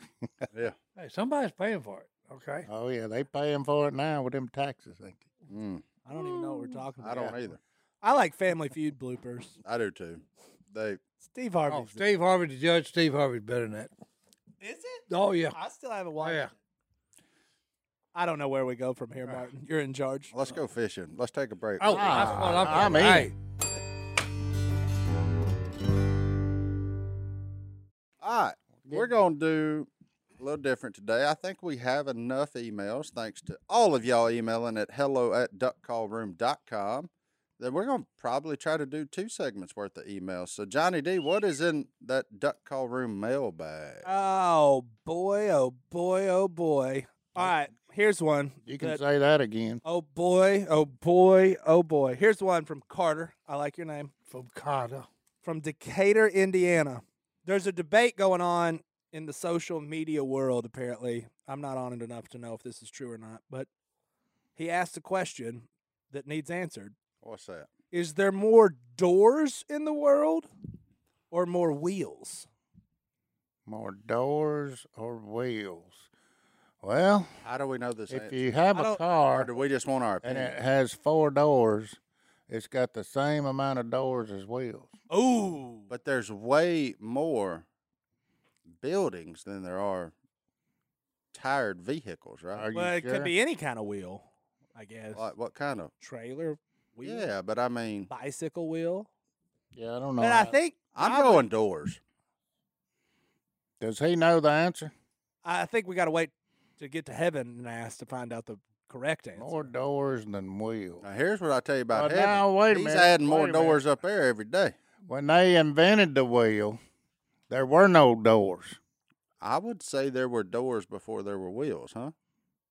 [SPEAKER 2] Yeah.
[SPEAKER 3] hey, somebody's paying for it. Okay.
[SPEAKER 4] Oh yeah, they paying for it now with them taxes, ain't they?
[SPEAKER 2] Mm,
[SPEAKER 5] I don't even know what we're talking about.
[SPEAKER 2] I don't either.
[SPEAKER 5] I like Family Feud bloopers.
[SPEAKER 2] I do too. They
[SPEAKER 5] Steve Harvey.
[SPEAKER 3] Oh, Steve Harvey, the judge. Steve Harvey's better than that.
[SPEAKER 5] Is it?
[SPEAKER 3] Oh yeah.
[SPEAKER 5] I still haven't watched.
[SPEAKER 3] yeah.
[SPEAKER 5] it. I don't know where we go from here, Martin. You're in charge.
[SPEAKER 2] let's go fishing. Let's take a break.
[SPEAKER 3] Oh, that's
[SPEAKER 2] Ah,
[SPEAKER 3] what I'm.
[SPEAKER 4] I'm
[SPEAKER 3] talking-
[SPEAKER 4] in.
[SPEAKER 3] hey,
[SPEAKER 2] All right. We're going to do a little different today. I think we have enough emails, thanks to all of y'all emailing at hello at duckcallroom.com. Then we're going to probably try to do two segments worth of emails. So, Johnny D, what is in that duck call room mailbag?
[SPEAKER 4] Uh,
[SPEAKER 5] Oh boy! Oh boy! Oh boy! All right. Here's one.
[SPEAKER 4] You can
[SPEAKER 5] that-
[SPEAKER 4] say that again.
[SPEAKER 5] Oh boy! Oh boy! Oh boy! Here's one from Carter. I like your name.
[SPEAKER 3] from Carter.
[SPEAKER 5] from Decatur, Indiana. There's a debate going on in the social media world, apparently. I'm not on it enough to know if this is true or not, but he asked a question that needs answered
[SPEAKER 2] What's that?
[SPEAKER 5] Is there more doors in the world or more wheels?
[SPEAKER 4] More doors or wheels? Well,
[SPEAKER 2] How do we know this?
[SPEAKER 4] if
[SPEAKER 2] answer?
[SPEAKER 4] you have
[SPEAKER 5] I
[SPEAKER 4] a
[SPEAKER 5] don't-
[SPEAKER 2] or
[SPEAKER 4] car
[SPEAKER 2] do we just want our
[SPEAKER 4] and uh, it
[SPEAKER 2] opinion?
[SPEAKER 4] has four doors, it's got the same amount of doors as wheels.
[SPEAKER 5] Ooh. But
[SPEAKER 2] But there's way more buildings than there are tired vehicles,
[SPEAKER 4] Are
[SPEAKER 2] right?
[SPEAKER 4] you
[SPEAKER 5] well, it
[SPEAKER 4] sure?
[SPEAKER 5] could be any kind of wheel, I guess.
[SPEAKER 2] Like what kind of?
[SPEAKER 5] Trailer wheel,
[SPEAKER 2] Yeah, but I mean,
[SPEAKER 5] bicycle wheel.
[SPEAKER 4] Yeah, I don't know.
[SPEAKER 5] But I
[SPEAKER 4] how-
[SPEAKER 5] think
[SPEAKER 2] I'm
[SPEAKER 5] I would-
[SPEAKER 2] going doors.
[SPEAKER 4] Does he know the answer?
[SPEAKER 5] I think we got to wait to get to heaven and ask to find out the correct answer.
[SPEAKER 4] More doors than wheels.
[SPEAKER 2] Now here's what I tell you
[SPEAKER 4] Well,
[SPEAKER 2] about heaven.
[SPEAKER 4] now, wait a
[SPEAKER 2] He's
[SPEAKER 4] minute,
[SPEAKER 2] adding
[SPEAKER 4] wait
[SPEAKER 2] more
[SPEAKER 4] a minute.
[SPEAKER 2] doors up there every day.
[SPEAKER 4] When they invented the wheel, there were no doors.
[SPEAKER 2] I would say there were doors before there were wheels, huh?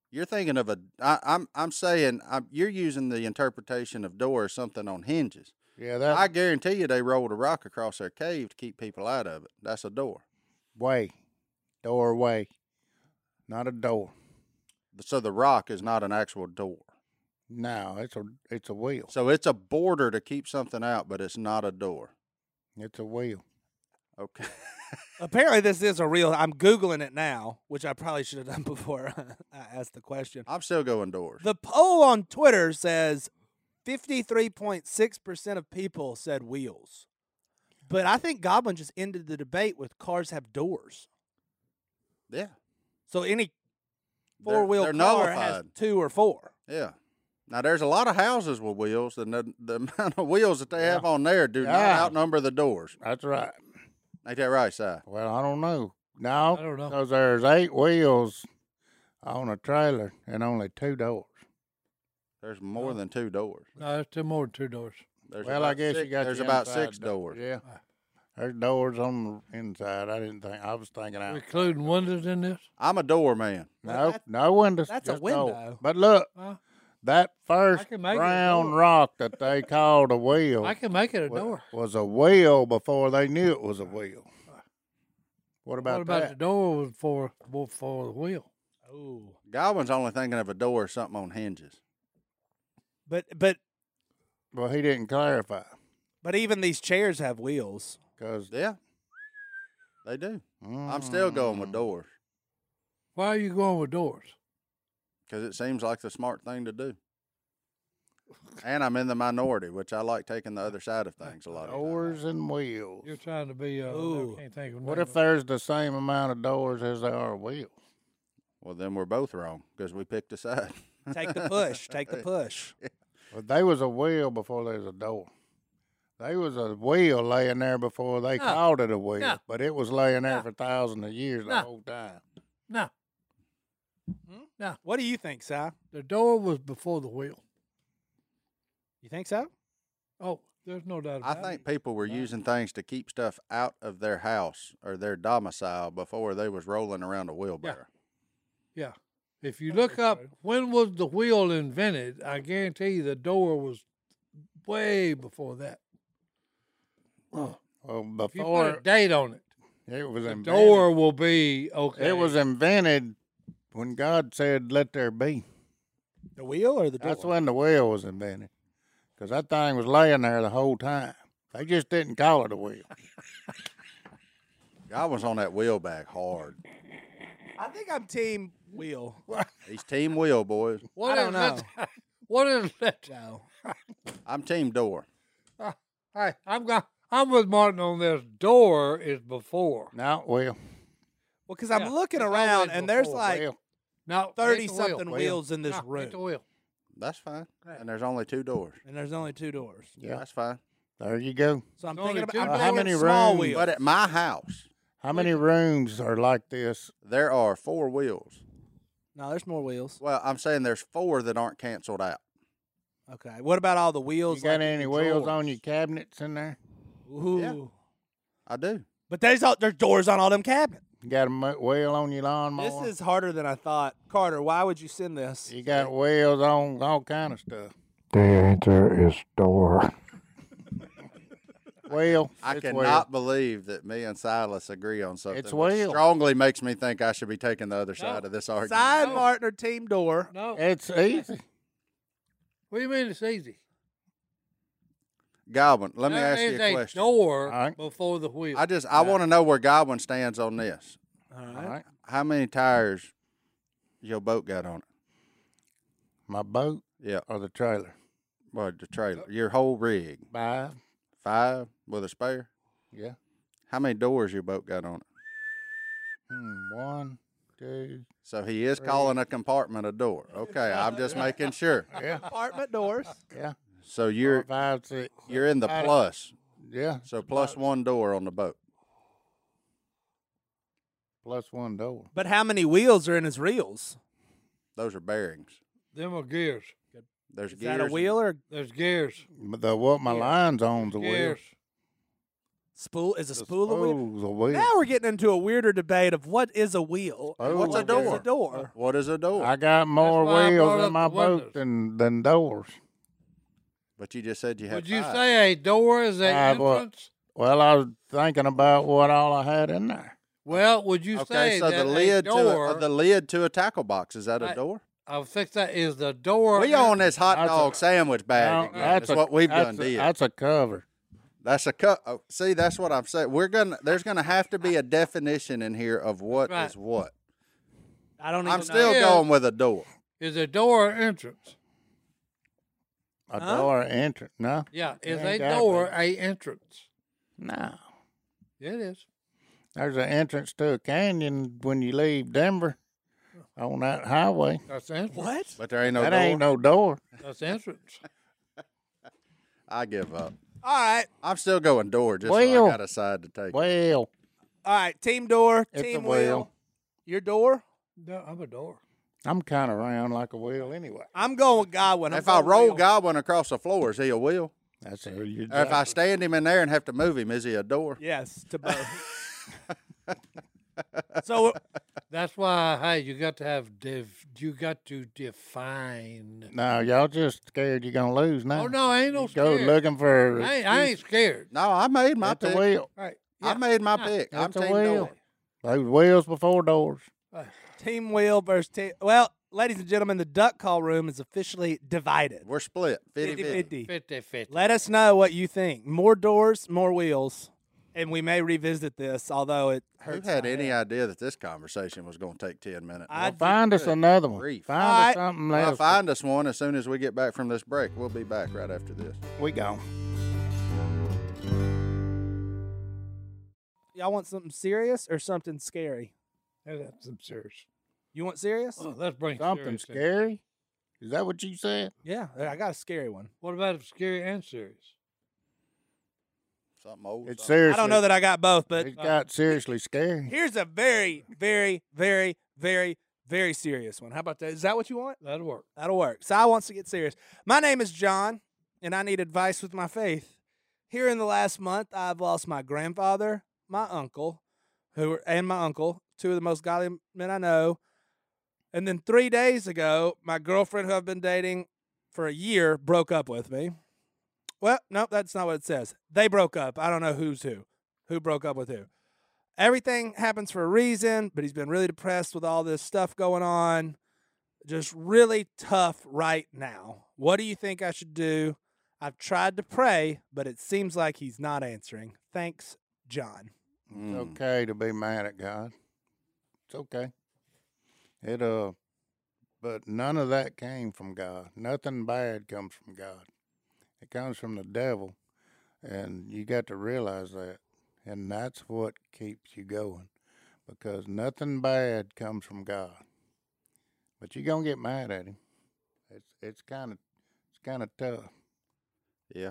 [SPEAKER 2] You're thinking of a. I, I'm I'm saying I'm, you're using the interpretation of door as something on hinges.
[SPEAKER 4] Yeah, that
[SPEAKER 2] I guarantee you they rolled a rock across their cave to keep people out of it. That's a door.
[SPEAKER 4] way, doorway, not a door.
[SPEAKER 2] So the rock is not an actual door.
[SPEAKER 4] No, it's a it's a wheel.
[SPEAKER 2] So it's a border to keep something out, but it's not a door.
[SPEAKER 4] It's a wheel.
[SPEAKER 2] Okay. *laughs*
[SPEAKER 5] Apparently, this is a real. I'm googling it now, which I probably should have done *laughs* before I asked the question.
[SPEAKER 2] I'm still going doors.
[SPEAKER 5] The poll on Twitter says 53.6% of people said wheels. But I think Goblin just ended the debate with cars have doors.
[SPEAKER 2] yeah.
[SPEAKER 5] So any
[SPEAKER 2] They're-
[SPEAKER 5] four wheel
[SPEAKER 2] they're
[SPEAKER 5] car has
[SPEAKER 2] nullified.
[SPEAKER 5] two or four.
[SPEAKER 2] Yeah. Now there's a lot of houses with wheels, and the, the *laughs* amount of wheels that they have on there do not
[SPEAKER 4] Yeah.
[SPEAKER 2] outnumber the doors.
[SPEAKER 4] That's right.
[SPEAKER 2] Ain't that right, Si?
[SPEAKER 4] Well, I don't know. No,
[SPEAKER 3] I don't know.
[SPEAKER 4] because there's eight wheels on a trailer and only two doors.
[SPEAKER 2] There's more than two doors.
[SPEAKER 3] No, that's two more than two doors.
[SPEAKER 2] There's
[SPEAKER 4] well, I
[SPEAKER 2] about
[SPEAKER 4] guess
[SPEAKER 2] six-
[SPEAKER 4] you got
[SPEAKER 2] there's
[SPEAKER 4] the
[SPEAKER 2] about
[SPEAKER 4] inside
[SPEAKER 2] six
[SPEAKER 4] door-
[SPEAKER 2] doors. Ah.
[SPEAKER 4] Yeah, there's doors on the inside. I didn't think. I was thinking out.
[SPEAKER 3] Including windows in this.
[SPEAKER 2] I'm a door man.
[SPEAKER 4] No,
[SPEAKER 5] that's-
[SPEAKER 4] no windows.
[SPEAKER 5] that's a
[SPEAKER 4] just doors.
[SPEAKER 5] window.
[SPEAKER 4] But look,
[SPEAKER 3] Huh?
[SPEAKER 4] that first
[SPEAKER 3] can make it a
[SPEAKER 4] round
[SPEAKER 3] door.
[SPEAKER 4] rock that they
[SPEAKER 3] *laughs*
[SPEAKER 4] called a wheel.
[SPEAKER 3] I can make it a
[SPEAKER 4] wa-
[SPEAKER 3] door.
[SPEAKER 4] was a wheel before they knew it was a wheel. What about,
[SPEAKER 3] what about
[SPEAKER 4] that?
[SPEAKER 3] the door was for for the wheel?
[SPEAKER 5] Oh.
[SPEAKER 2] Godwin's only thinking of a door or something on hinges.
[SPEAKER 5] But but
[SPEAKER 4] Well, he didn't clarify
[SPEAKER 5] but even these chairs have wheels.
[SPEAKER 4] because
[SPEAKER 2] Yeah. They do. I'm still going
[SPEAKER 4] mm,
[SPEAKER 2] with doors
[SPEAKER 3] Why are you going with doors?
[SPEAKER 2] because it seems like the smart thing to do. And I'm in the minority, which I like taking the other
[SPEAKER 4] *laughs*
[SPEAKER 2] side of things a lot. of times.
[SPEAKER 4] doors and wheels.
[SPEAKER 3] You're trying to be. Uh,
[SPEAKER 5] Ooh.
[SPEAKER 3] I can't think of
[SPEAKER 4] What
[SPEAKER 3] nothing.
[SPEAKER 4] if there's the same amount of doors as there are wheels?
[SPEAKER 2] Well, then we're both wrong because we picked a side.
[SPEAKER 5] Take
[SPEAKER 2] *laughs*
[SPEAKER 5] the push, take the push.
[SPEAKER 4] Well, they was a wheel before there was a door. They was a wheel laying there before they
[SPEAKER 3] No.
[SPEAKER 4] called it a wheel,
[SPEAKER 3] No.
[SPEAKER 4] but it was laying there
[SPEAKER 3] No.
[SPEAKER 4] for thousands of years the
[SPEAKER 3] No.
[SPEAKER 4] whole time.
[SPEAKER 3] No,
[SPEAKER 5] What do you think, Si?
[SPEAKER 3] the door was before the wheel.
[SPEAKER 5] You think so?
[SPEAKER 3] Oh, there's no doubt
[SPEAKER 2] I
[SPEAKER 3] about
[SPEAKER 2] think
[SPEAKER 3] it.
[SPEAKER 2] people were using things to keep stuff out of their house or their domicile before they was rolling around a wheelbarrow.
[SPEAKER 3] Yeah. If you look up when was the wheel invented, I guarantee you the door was way before that.
[SPEAKER 4] Well,
[SPEAKER 3] If you put
[SPEAKER 4] before
[SPEAKER 3] a date on it,
[SPEAKER 4] it was
[SPEAKER 3] the
[SPEAKER 4] invented,
[SPEAKER 3] door will be okay.
[SPEAKER 4] it was invented when God said, "Let there be."
[SPEAKER 5] The wheel or the door?
[SPEAKER 4] That's when the wheel was invented, because that thing was laying there the whole time. They just didn't call it a wheel.
[SPEAKER 2] God was on that wheel bag hard.
[SPEAKER 5] I think I'm team wheel.
[SPEAKER 2] He's team wheel, boys.
[SPEAKER 3] What
[SPEAKER 5] I don't
[SPEAKER 3] is That, *laughs* what is that?
[SPEAKER 5] No.
[SPEAKER 2] I'm team door.
[SPEAKER 3] Hey, I'm go, I'm with Martin on this. Door is before.
[SPEAKER 4] Not wheel.
[SPEAKER 5] Well, because
[SPEAKER 3] Yeah,
[SPEAKER 5] I'm looking
[SPEAKER 3] it's
[SPEAKER 5] around
[SPEAKER 3] always
[SPEAKER 5] and there's
[SPEAKER 3] before
[SPEAKER 5] like
[SPEAKER 4] wheel.
[SPEAKER 3] No, ain't the
[SPEAKER 5] 30
[SPEAKER 3] wheel.
[SPEAKER 5] something
[SPEAKER 3] Wheel.
[SPEAKER 5] wheels in this
[SPEAKER 3] No, ain't the
[SPEAKER 5] room.
[SPEAKER 3] wheel.
[SPEAKER 2] That's fine. And there's only two doors.
[SPEAKER 5] And there's only two doors.
[SPEAKER 4] Yeah.
[SPEAKER 2] That's fine.
[SPEAKER 4] There you go.
[SPEAKER 5] So I'm
[SPEAKER 3] It's only
[SPEAKER 5] thinking about
[SPEAKER 3] two
[SPEAKER 5] I'm
[SPEAKER 3] doors.
[SPEAKER 5] thinking
[SPEAKER 3] How
[SPEAKER 4] many
[SPEAKER 5] small
[SPEAKER 4] rooms?
[SPEAKER 5] wheels.
[SPEAKER 2] But at my house,
[SPEAKER 4] How many rooms are like this?
[SPEAKER 2] there are four wheels.
[SPEAKER 5] no, there's more wheels.
[SPEAKER 2] Well, I'm saying there's four that aren't canceled out.
[SPEAKER 5] Okay. What about all the
[SPEAKER 4] You
[SPEAKER 5] wheels?
[SPEAKER 4] got
[SPEAKER 5] like in
[SPEAKER 4] any
[SPEAKER 5] the
[SPEAKER 4] wheels on your
[SPEAKER 5] drawers?
[SPEAKER 4] cabinets in there?
[SPEAKER 5] Ooh.
[SPEAKER 2] I do.
[SPEAKER 5] But there's all, there's doors on all them cabinets.
[SPEAKER 4] You got a mo- wheel on your lawnmower?
[SPEAKER 5] This is harder than I thought. Carter, why would you send this?
[SPEAKER 4] You got wheels on all kind of stuff.
[SPEAKER 6] The answer is
[SPEAKER 4] *laughs*
[SPEAKER 6] door.
[SPEAKER 4] Wheel.
[SPEAKER 2] I
[SPEAKER 4] it's
[SPEAKER 2] cannot believe that me and Silas agree on something.
[SPEAKER 4] It's
[SPEAKER 2] which
[SPEAKER 4] wheel.
[SPEAKER 2] Strongly makes me think I should be taking the other side of this argument.
[SPEAKER 5] Side Martin or team door?
[SPEAKER 3] No.
[SPEAKER 4] Wheel.
[SPEAKER 2] Eh.
[SPEAKER 4] It's easy.
[SPEAKER 3] What do you mean it's easy?
[SPEAKER 2] Godwin, let me
[SPEAKER 3] There
[SPEAKER 2] ask you
[SPEAKER 3] is
[SPEAKER 2] a
[SPEAKER 3] a
[SPEAKER 2] question.
[SPEAKER 3] door
[SPEAKER 4] Alright.
[SPEAKER 3] before the wheel.
[SPEAKER 2] I just I want to know where Godwin stands on this.
[SPEAKER 5] All
[SPEAKER 4] All right.
[SPEAKER 2] How many tires your boat got on
[SPEAKER 4] My boat
[SPEAKER 2] it. Yeah,
[SPEAKER 4] or the trailer?
[SPEAKER 2] well, the
[SPEAKER 3] Uh,
[SPEAKER 2] trailer, your whole rig,
[SPEAKER 4] Five.
[SPEAKER 2] five with a spare.
[SPEAKER 4] Yeah.
[SPEAKER 2] How many doors your boat got on it?
[SPEAKER 4] Hmm, one, two.
[SPEAKER 2] So he is calling a compartment a door. Okay, I'm
[SPEAKER 3] *laughs*
[SPEAKER 2] just making sure.
[SPEAKER 4] Yeah.
[SPEAKER 5] Apartment doors.
[SPEAKER 4] Yeah.
[SPEAKER 2] So *laughs* you're
[SPEAKER 4] Four, five, six.
[SPEAKER 2] you're in the
[SPEAKER 4] I-
[SPEAKER 2] plus.
[SPEAKER 4] Yeah.
[SPEAKER 2] So plus one door on the boat.
[SPEAKER 4] Plus one door.
[SPEAKER 5] *laughs* But how many wheels are in his reels?
[SPEAKER 2] Those are bearings.
[SPEAKER 3] Them are gears.
[SPEAKER 2] There's
[SPEAKER 5] Is
[SPEAKER 2] gears.
[SPEAKER 5] that a wheel or
[SPEAKER 3] There's gears.
[SPEAKER 4] But the what my line's on's a wheel.
[SPEAKER 3] Gears.
[SPEAKER 5] spool? Is a
[SPEAKER 4] The
[SPEAKER 5] spool a wheel?
[SPEAKER 4] spool's a wheel.
[SPEAKER 5] Now we're getting into a weirder debate of what is a wheel. and
[SPEAKER 3] Oh,
[SPEAKER 4] What's
[SPEAKER 5] what
[SPEAKER 4] a
[SPEAKER 5] is
[SPEAKER 2] door?
[SPEAKER 5] a door?
[SPEAKER 2] What is a door?
[SPEAKER 4] I got more
[SPEAKER 3] why I brought
[SPEAKER 4] wheels
[SPEAKER 3] up
[SPEAKER 4] in my
[SPEAKER 3] the windows.
[SPEAKER 4] boat than, than doors.
[SPEAKER 2] but you just said you had.
[SPEAKER 3] Would you
[SPEAKER 2] five.
[SPEAKER 3] say a door is a
[SPEAKER 4] Five what?
[SPEAKER 3] entrance?
[SPEAKER 4] Well, I was thinking about what all I had in there.
[SPEAKER 3] Well, would you
[SPEAKER 2] Okay,
[SPEAKER 3] say
[SPEAKER 2] so
[SPEAKER 3] that
[SPEAKER 2] the lid
[SPEAKER 3] a
[SPEAKER 2] to a,
[SPEAKER 3] door?
[SPEAKER 2] uh, the lid to a tackle box is that a
[SPEAKER 3] I-
[SPEAKER 2] door?
[SPEAKER 3] I think that is the door.
[SPEAKER 2] We on this hot
[SPEAKER 4] That's a-
[SPEAKER 2] dog sandwich
[SPEAKER 4] Now,
[SPEAKER 2] bag. again. That's, what we've
[SPEAKER 4] that's
[SPEAKER 2] done.
[SPEAKER 4] A,
[SPEAKER 2] did.
[SPEAKER 4] that's a cover.
[SPEAKER 2] That's a cut. Oh, see, that's what I'm saying. We're gonna. There's gonna have to be a definition in here of what is
[SPEAKER 3] Right.
[SPEAKER 2] what.
[SPEAKER 5] I don't even
[SPEAKER 2] I'm still
[SPEAKER 5] know.
[SPEAKER 3] Yeah.
[SPEAKER 2] going with a door.
[SPEAKER 3] Is a door an entrance?
[SPEAKER 4] A
[SPEAKER 5] Huh?
[SPEAKER 4] door entrance. No.
[SPEAKER 3] Yeah, is
[SPEAKER 4] ain't
[SPEAKER 3] a
[SPEAKER 4] gotta
[SPEAKER 3] door
[SPEAKER 4] be.
[SPEAKER 3] a entrance?
[SPEAKER 4] No.
[SPEAKER 3] It is.
[SPEAKER 4] There's an entrance to a canyon when you leave Denver on that highway.
[SPEAKER 3] That's the entrance.
[SPEAKER 5] What?
[SPEAKER 2] But there ain't no
[SPEAKER 4] that
[SPEAKER 2] door.
[SPEAKER 4] ain't no door.
[SPEAKER 3] That's the entrance.
[SPEAKER 2] I give up.
[SPEAKER 5] All right,
[SPEAKER 2] I'm still going door. Just so
[SPEAKER 4] Well.
[SPEAKER 2] I got a side to take.
[SPEAKER 4] Well,
[SPEAKER 5] all right. Team door,
[SPEAKER 4] It's
[SPEAKER 5] team
[SPEAKER 4] a
[SPEAKER 5] wheel.
[SPEAKER 4] wheel.
[SPEAKER 5] Your door.
[SPEAKER 3] No, I'm a door.
[SPEAKER 4] I'm kind of round like a wheel anyway.
[SPEAKER 5] I'm going with Godwin. I'm
[SPEAKER 2] If I
[SPEAKER 5] going
[SPEAKER 2] roll
[SPEAKER 5] wheel.
[SPEAKER 2] Godwin across the floor, is he a wheel?
[SPEAKER 4] That's a, you
[SPEAKER 2] Or if I stand him in there and have to move him, is he a door?
[SPEAKER 5] yes, to both.
[SPEAKER 2] *laughs*
[SPEAKER 5] so uh,
[SPEAKER 3] That's why, hey, you got to have div. You got to define.
[SPEAKER 4] no, y'all just scared you're gonna lose now.
[SPEAKER 3] Oh no, I ain't no
[SPEAKER 4] Go
[SPEAKER 3] scared.
[SPEAKER 4] looking for
[SPEAKER 3] I ain't, I ain't scared.
[SPEAKER 2] No, I made my
[SPEAKER 4] at the
[SPEAKER 2] pick.
[SPEAKER 4] wheel.
[SPEAKER 3] Right.
[SPEAKER 2] I made my
[SPEAKER 3] Yeah.
[SPEAKER 2] pick. I'm
[SPEAKER 4] It's a
[SPEAKER 2] team
[SPEAKER 4] wheel.
[SPEAKER 2] door.
[SPEAKER 4] Those wheels before doors.
[SPEAKER 5] team wheel versus team. Well, ladies and gentlemen, the duck call room is officially divided.
[SPEAKER 2] We're split 50-50.
[SPEAKER 5] 50-50.
[SPEAKER 3] 50 50.
[SPEAKER 5] Let us know what you think. More doors, more wheels, and we may revisit this. Although it
[SPEAKER 2] Who
[SPEAKER 5] hurts.
[SPEAKER 2] had
[SPEAKER 5] my
[SPEAKER 2] any
[SPEAKER 5] head.
[SPEAKER 2] idea that this conversation was going to take 10 minutes?
[SPEAKER 5] I
[SPEAKER 2] Well,
[SPEAKER 5] did
[SPEAKER 4] Find us
[SPEAKER 2] good
[SPEAKER 4] another one.
[SPEAKER 2] grief.
[SPEAKER 4] Find
[SPEAKER 5] All right.
[SPEAKER 4] us something
[SPEAKER 2] Well,
[SPEAKER 4] else.
[SPEAKER 2] find us one as soon as we get back from this break. We'll be back right after this.
[SPEAKER 4] We gone.
[SPEAKER 5] Y'all want something serious or something scary?
[SPEAKER 3] Hey, That's some serious.
[SPEAKER 5] You want serious?
[SPEAKER 3] Oh, let's bring
[SPEAKER 4] Something
[SPEAKER 3] serious in.
[SPEAKER 4] scary. Is that what you said?
[SPEAKER 5] Yeah, I got a scary one.
[SPEAKER 3] What about if scary and serious?
[SPEAKER 2] Something old.
[SPEAKER 4] It's
[SPEAKER 2] something-
[SPEAKER 4] seriously.
[SPEAKER 5] I don't know that I got both, but
[SPEAKER 4] it got seriously scary.
[SPEAKER 5] Here's a very, very, very, very, very serious one. How about that? Is that what you want?
[SPEAKER 3] That'll work.
[SPEAKER 5] That'll work. Si wants to get serious. My name is John, and I need advice with my faith. Here in the last month, I've lost my grandfather, my uncle, who were, and my uncle, two of the most godly men I know. And then three days ago, my girlfriend, who I've been dating for a year, broke up with me. Well, nope, that's not what it says. They broke up. I don't know who's who, who broke up with who. Everything happens for a reason, but he's been really depressed with all this stuff going on just really tough right now. What do you think I should do? I've tried to pray, but it seems like he's not answering. Thanks, John.
[SPEAKER 2] Mm.
[SPEAKER 4] It's okay to be mad at God. It's okay. It uh but none of that came from God. Nothing bad comes from God. It comes from the devil. And you got to realize that. And that's what keeps you going. Because nothing bad comes from God. But you're gonna get mad at him. It's it's kinda it's kinda tough.
[SPEAKER 2] Yeah.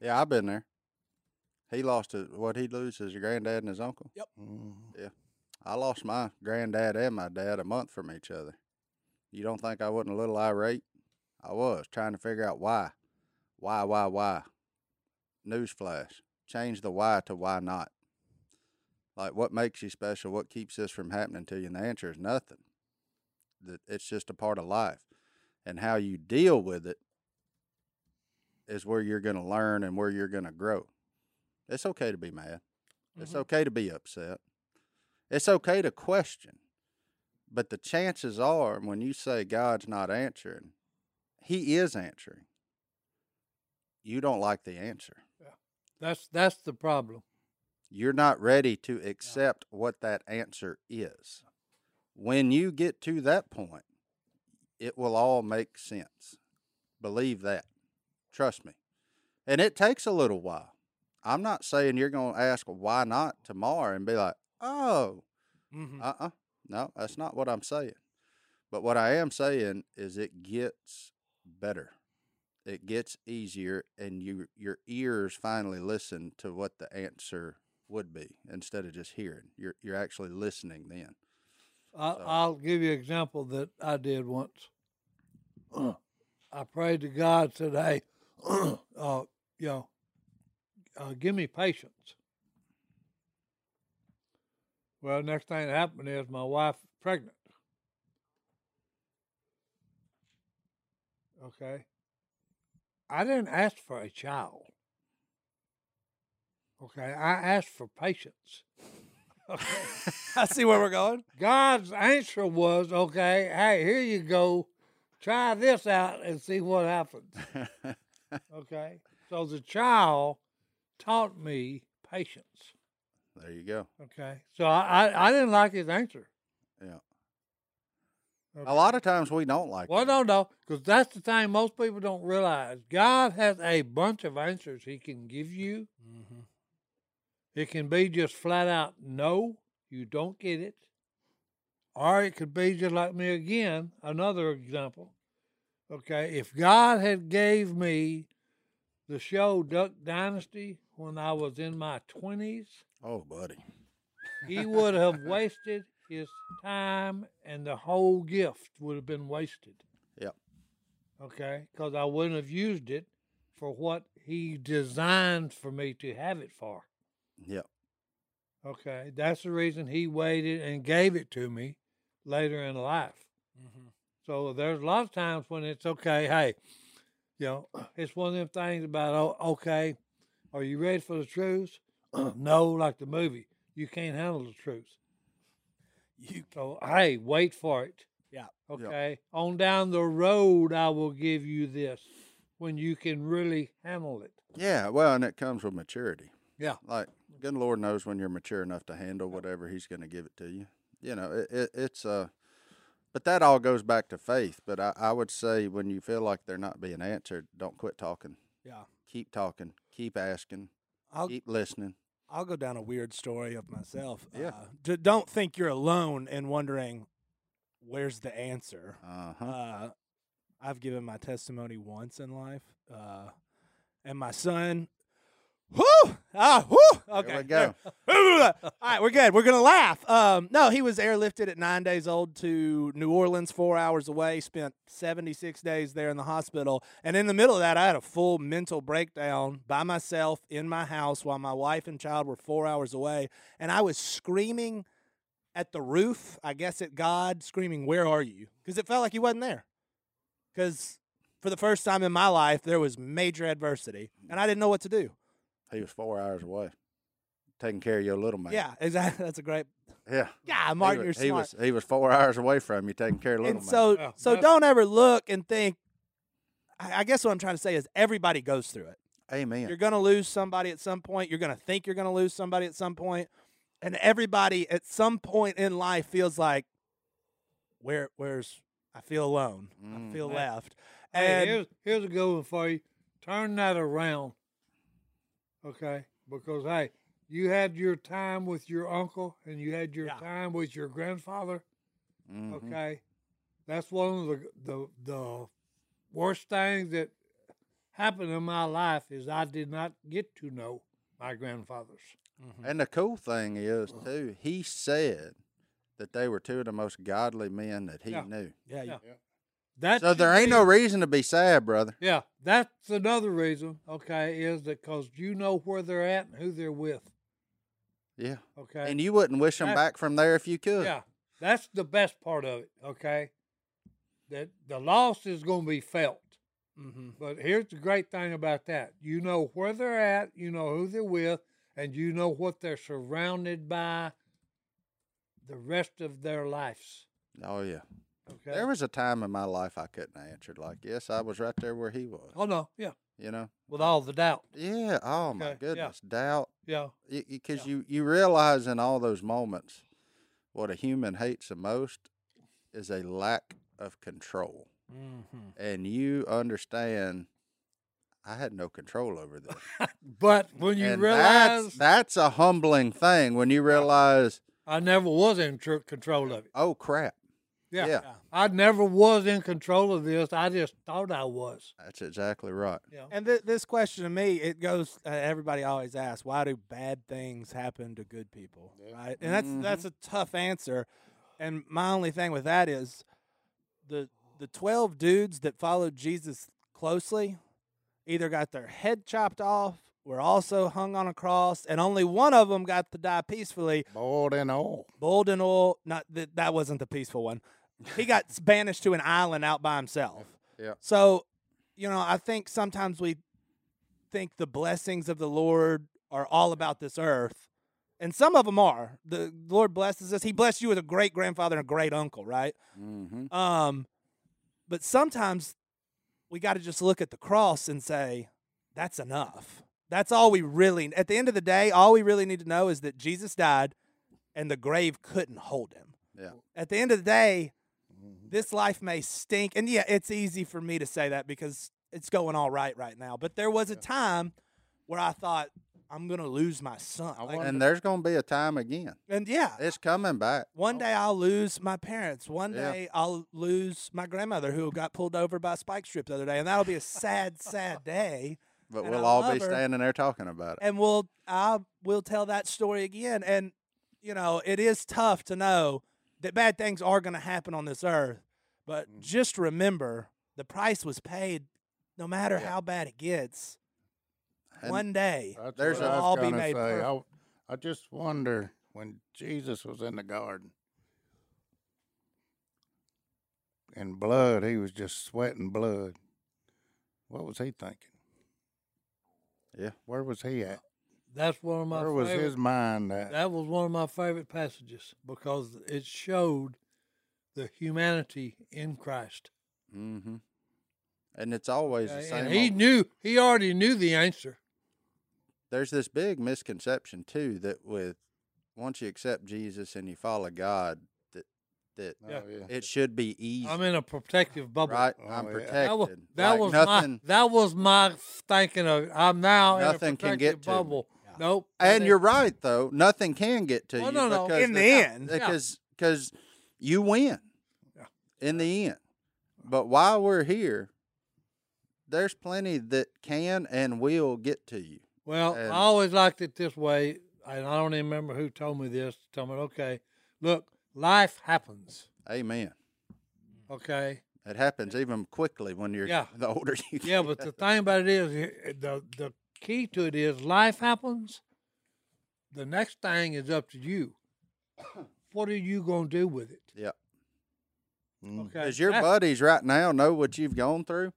[SPEAKER 2] Yeah, I've been there. He lost his, what he lose is your granddad and his uncle.
[SPEAKER 4] Mm.
[SPEAKER 2] I lost my granddad and my dad a month from each other. You don't think I wasn't a little irate? I was trying to figure out why. Why, why, why? Newsflash. Change the why to why not. Like, what makes you special? What keeps this from happening to you? And the answer is nothing. That It's just a part of life. And how you deal with it is where you're going to learn and where you're going to grow. It's okay to be mad, it's okay to be upset. It's okay to question, but the chances are when you say God's not answering, He is answering. You don't like the answer.
[SPEAKER 3] That's that's the problem.
[SPEAKER 2] You're not ready to accept what that answer is. When you get to that point, it will all make sense. Believe that. Trust me. And it takes a little while. I'm not saying you're going to ask why not tomorrow and be like, oh,
[SPEAKER 5] Mhm.
[SPEAKER 2] uh uh No, that's not what I'm saying. But what I am saying is it gets better. It gets easier and you your ears finally listen to what the answer would be instead of just hearing. You're you're actually listening then.
[SPEAKER 3] I,
[SPEAKER 2] So-
[SPEAKER 3] I'll give you an example that I did once. *clears throat* I prayed to God, said, "Hey, *clears throat* uh, you know, uh, give me patience." Well, next thing that happened is my wife is pregnant. Okay, I didn't ask for a child. Okay, I asked for patience. Okay.
[SPEAKER 5] *laughs* I see where we're going.
[SPEAKER 3] God's answer was, okay, hey, here you go. Try this out and see what happens. Okay. So the child taught me patience.
[SPEAKER 2] there you go.
[SPEAKER 3] Okay. So I, I, I didn't like his answer.
[SPEAKER 2] Yeah.
[SPEAKER 3] Okay.
[SPEAKER 2] A lot of times we don't like
[SPEAKER 3] Well,
[SPEAKER 2] that.
[SPEAKER 3] no, no, because that's the thing most people don't realize. God has a bunch of answers He can give you.
[SPEAKER 2] Mm-hmm.
[SPEAKER 3] It can be just flat out no, you don't get it, or it could be just like me again. Another example. Okay, if God had gave me the show Duck Dynasty when I was in my twenties,
[SPEAKER 2] Oh, buddy.
[SPEAKER 3] he would have wasted his time and the whole gift would have been wasted.
[SPEAKER 2] Yep.
[SPEAKER 3] Okay, because I wouldn't have used it for what he designed for me to have it for.
[SPEAKER 2] Yep.
[SPEAKER 3] Okay, that's the reason he waited and gave it to me later in life.
[SPEAKER 2] Mm-hmm.
[SPEAKER 3] So there's a lot of times when it's okay, hey, you know, *clears throat* it's one of them things about, oh, okay, are you ready for the truth? *clears throat* no, like the movie, you can't handle the truth.
[SPEAKER 5] You
[SPEAKER 3] So, hey, wait for it.
[SPEAKER 5] Yeah.
[SPEAKER 2] Yeah.
[SPEAKER 3] Okay. On down the road, I will give you this when you can really handle it.
[SPEAKER 2] Yeah, well, and it comes with maturity.
[SPEAKER 3] Yeah.
[SPEAKER 2] Like, good Lord knows when you're mature enough to handle whatever He's going to give it to you. You know, it, it, it's Uh, but that all goes back to faith. But I, I would say when you feel like they're not being answered, don't quit talking.
[SPEAKER 5] Yeah.
[SPEAKER 2] Keep talking. Keep asking.
[SPEAKER 5] I'll
[SPEAKER 2] keep listening.
[SPEAKER 5] I'll go down a weird story of myself.
[SPEAKER 2] Yeah.
[SPEAKER 5] Uh, d- don't think you're alone in wondering where's the answer.
[SPEAKER 2] Uh huh.
[SPEAKER 5] Uh, I've given my testimony once in life, uh, and my son. Whoo! Ah, whoo! Okay,
[SPEAKER 2] There
[SPEAKER 5] *laughs*
[SPEAKER 2] we go.
[SPEAKER 5] All right, we're good. We're gonna laugh. Um, no, he was airlifted at nine days old to New Orleans, four hours away. Spent seventy six days there in the hospital, and in the middle of that, I had a full mental breakdown by myself in my house while my wife and child were four hours away, and I was screaming at the roof. I guess at God, screaming, "Where are you?" Because it felt like he wasn't there. Because for the first time in my life, there was major adversity, and I didn't know what to do.
[SPEAKER 2] He was four hours away, taking care of your little man.
[SPEAKER 5] Yeah, *laughs* exactly. That's a great.
[SPEAKER 2] Yeah.
[SPEAKER 5] Yeah,
[SPEAKER 2] He
[SPEAKER 5] Martin,
[SPEAKER 2] wa-
[SPEAKER 5] you're
[SPEAKER 2] he
[SPEAKER 5] smart.
[SPEAKER 2] was he was four hours away from you taking care of little
[SPEAKER 5] and
[SPEAKER 2] man.
[SPEAKER 5] so
[SPEAKER 3] Yeah,
[SPEAKER 5] so
[SPEAKER 3] that's-
[SPEAKER 5] don't ever look and think I, I guess what i'm trying to say is everybody goes through it
[SPEAKER 2] Amen.
[SPEAKER 5] you're going to lose somebody at some point you're going to think you're going to lose somebody at some point and everybody at some point in life feels like where where's i feel alone i
[SPEAKER 2] Mm.
[SPEAKER 5] feel
[SPEAKER 3] Yeah.
[SPEAKER 5] left
[SPEAKER 3] Hey,
[SPEAKER 5] and
[SPEAKER 3] here's, here's a good one for you. Turn that around. Okay. Because, hey, you had your time with your uncle and you had your
[SPEAKER 5] Yeah.
[SPEAKER 3] time with your grandfather.
[SPEAKER 2] Mhm.
[SPEAKER 3] Okay. That's one of the, the, the worst things that happened in my life is I did not get to know my grandfathers. Mm-hmm.
[SPEAKER 2] And the cool thing is too, he said that they were two of the most godly men that he
[SPEAKER 3] Yeah.
[SPEAKER 2] knew.
[SPEAKER 5] yeah, you-
[SPEAKER 3] Yeah. That
[SPEAKER 2] So there
[SPEAKER 3] should
[SPEAKER 2] ain't
[SPEAKER 3] be-
[SPEAKER 2] no reason to be sad, brother.
[SPEAKER 3] Yeah, that's another reason. Okay, is that because you know where they're at and who they're with.
[SPEAKER 2] Yeah.
[SPEAKER 3] Okay,
[SPEAKER 2] And you wouldn't wish them
[SPEAKER 3] That-
[SPEAKER 2] back from there if you could.
[SPEAKER 3] yeah, that's the best part of it. Okay, that the loss is going to be felt.
[SPEAKER 5] mhm.
[SPEAKER 3] But here's the great thing about that: you know where they're at, you know who they're with, and you know what they're surrounded by. The rest of their lives.
[SPEAKER 2] Oh yeah.
[SPEAKER 3] Okay.
[SPEAKER 2] There was a time in my life I couldn't answer like, yes, I was right there where he was.
[SPEAKER 3] oh no, yeah,
[SPEAKER 2] You know?
[SPEAKER 3] with all the doubt.
[SPEAKER 2] Yeah. Oh
[SPEAKER 3] Okay,
[SPEAKER 2] my
[SPEAKER 3] yeah.
[SPEAKER 2] goodness. Doubt.
[SPEAKER 3] Yeah,
[SPEAKER 2] Because you, you realize in all those moments What a human hates the most is a lack of control.
[SPEAKER 3] Mm-hmm.
[SPEAKER 2] And you understand, I had no control over this.
[SPEAKER 3] But when *laughs* you
[SPEAKER 2] and
[SPEAKER 3] realize
[SPEAKER 2] that's, that's a humbling thing when you realize,
[SPEAKER 3] I never was in tr- control of it.
[SPEAKER 2] oh crap,
[SPEAKER 3] Yeah.
[SPEAKER 2] Yeah.
[SPEAKER 3] I never was in control of this. I just thought I was.
[SPEAKER 2] that's exactly right.
[SPEAKER 3] Yeah.
[SPEAKER 5] And th- this question to me, it goes. Uh, everybody always asks, why do bad things happen to good people, right? And that's
[SPEAKER 2] Mhm.
[SPEAKER 5] that's a tough answer. And my only thing with that is the the twelve dudes that followed Jesus closely either got their head chopped off, were also hung on a cross, and only one of them got to die peacefully.
[SPEAKER 4] Boiled in oil.
[SPEAKER 5] Bold and oil, not that that wasn't the peaceful one. He got s- banished to an island out by himself.
[SPEAKER 2] Yeah.
[SPEAKER 5] So, you know, I think sometimes we think the blessings of the Lord are all about this earth. And some of them are. The Lord blesses us. He blessed you with a great grandfather and a great uncle, right?
[SPEAKER 2] Mm-hmm.
[SPEAKER 5] Um, but sometimes we got to just look at the cross and say, that's enough. That's all we really, at the end of the day, all we really need to know is that Jesus died and the grave couldn't hold him.
[SPEAKER 2] Yeah.
[SPEAKER 5] At the end of the day,
[SPEAKER 4] Mm-hmm.
[SPEAKER 5] this life may stink. And yeah, it's easy for me to say that because it's going all right right now. But there was a time where I thought, I'm going to lose my son. Like,
[SPEAKER 2] And there's going to be a time again.
[SPEAKER 5] and yeah,
[SPEAKER 2] It's coming back.
[SPEAKER 5] one day I'll lose my parents. One
[SPEAKER 2] Oh. Yeah.
[SPEAKER 5] day I'll lose my grandmother who got pulled over by a spike strip the other day, and that'll be a sad, sad
[SPEAKER 2] *laughs*
[SPEAKER 5] day.
[SPEAKER 2] But
[SPEAKER 5] And I
[SPEAKER 2] we'll all be
[SPEAKER 5] love her.
[SPEAKER 2] standing there talking about it.
[SPEAKER 5] And we'll I will tell that story again. And you know, it is tough to know that bad things are going to happen on this earth, but
[SPEAKER 2] Mm.
[SPEAKER 5] just remember the price was paid. No matter
[SPEAKER 2] Yeah.
[SPEAKER 5] how bad it gets,
[SPEAKER 2] And
[SPEAKER 5] one day.
[SPEAKER 4] That's
[SPEAKER 2] There's
[SPEAKER 4] what
[SPEAKER 2] a-
[SPEAKER 4] I was
[SPEAKER 5] all be
[SPEAKER 4] gonna
[SPEAKER 5] made
[SPEAKER 4] say. I,
[SPEAKER 5] perfect.
[SPEAKER 4] I just wonder when Jesus was in the garden and blood, he was just sweating blood. What was he thinking?
[SPEAKER 2] Yeah.
[SPEAKER 4] Where was he at?
[SPEAKER 3] That's one of my
[SPEAKER 4] Where was
[SPEAKER 3] favorite-
[SPEAKER 4] his mind at?
[SPEAKER 3] That was one of my favorite passages because it showed the humanity in Christ.
[SPEAKER 2] Mm-hmm. And it's always the same.
[SPEAKER 3] And he
[SPEAKER 2] old-
[SPEAKER 3] knew, he already knew the answer.
[SPEAKER 2] there's this big misconception too that with once you accept Jesus and you follow God, that that
[SPEAKER 4] Oh,
[SPEAKER 3] Yeah.
[SPEAKER 2] it should be easy,
[SPEAKER 3] I'm in a protective bubble.
[SPEAKER 2] right?
[SPEAKER 4] Oh,
[SPEAKER 2] I'm
[SPEAKER 4] yeah.
[SPEAKER 2] protected.
[SPEAKER 3] That was, that
[SPEAKER 2] Like,
[SPEAKER 3] was
[SPEAKER 2] nothing,
[SPEAKER 3] my that was my thinking of. I'm now in a
[SPEAKER 2] Nothing can
[SPEAKER 3] protective
[SPEAKER 2] get to me.
[SPEAKER 3] bubble. Nope.
[SPEAKER 2] and
[SPEAKER 3] it-
[SPEAKER 2] you're right though. Nothing can get to
[SPEAKER 3] Well,
[SPEAKER 2] you
[SPEAKER 3] Oh, no, no,
[SPEAKER 2] because
[SPEAKER 5] in the
[SPEAKER 2] ti-
[SPEAKER 5] end,
[SPEAKER 3] yeah.
[SPEAKER 2] because because you win
[SPEAKER 3] Yeah.
[SPEAKER 2] in the end. But while we're here, there's plenty that can and will get to you.
[SPEAKER 3] Well,
[SPEAKER 2] And-
[SPEAKER 3] I always liked it this way, and I don't even remember who told me this. Told me, okay, look, life happens.
[SPEAKER 2] Amen.
[SPEAKER 3] Okay.
[SPEAKER 2] It happens even quickly when you're
[SPEAKER 3] Yeah.
[SPEAKER 2] *laughs* the older you get.
[SPEAKER 3] Yeah, but the thing about it is, eh, the the key to it is life happens. The next thing is up to you. What are you gonna do with it?
[SPEAKER 2] Yeah.
[SPEAKER 4] Mm.
[SPEAKER 3] Okay.
[SPEAKER 2] Because your
[SPEAKER 3] That's-
[SPEAKER 2] buddies right now know what you've gone through,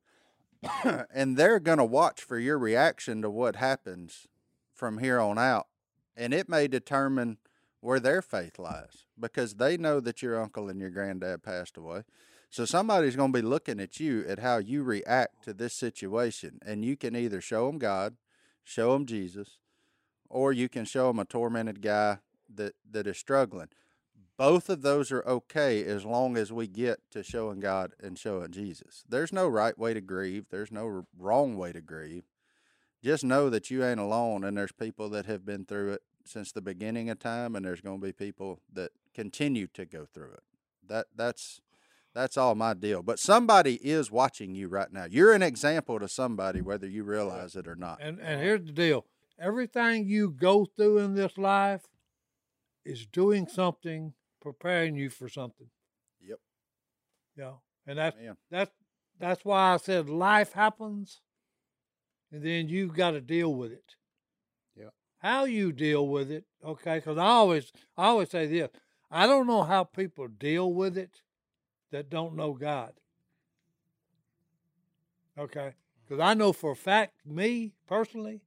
[SPEAKER 2] *clears throat* and they're going to watch for your reaction to what happens from here on out. And it may determine where their faith lies because they know that your uncle and your granddad passed away. So somebody's going to be looking at you at how you react to this situation. And you can either show them God, show them Jesus, or you can show them a tormented guy that, that is struggling both of those are okay as long as we get to showing God and showing Jesus. There's no right way to grieve, there's no r- wrong way to grieve. Just know that you ain't alone, and there's people that have been through it since the beginning of time, and there's going to be people that continue to go through it. That that's that's all my deal. But somebody is watching you right now. You're an example to somebody, whether you realize it or not.
[SPEAKER 3] And and here's the deal: everything you go through in this life is doing something, preparing you for something.
[SPEAKER 2] Yep.
[SPEAKER 3] Yeah, and that's
[SPEAKER 2] Man.
[SPEAKER 3] that's that's why I said life happens, and then you've got to deal with it.
[SPEAKER 4] Yep.
[SPEAKER 3] How you deal with it, okay? Because I always I always say this: I don't know how people deal with it that don't know God. Okay. Because I know for a fact, me personally,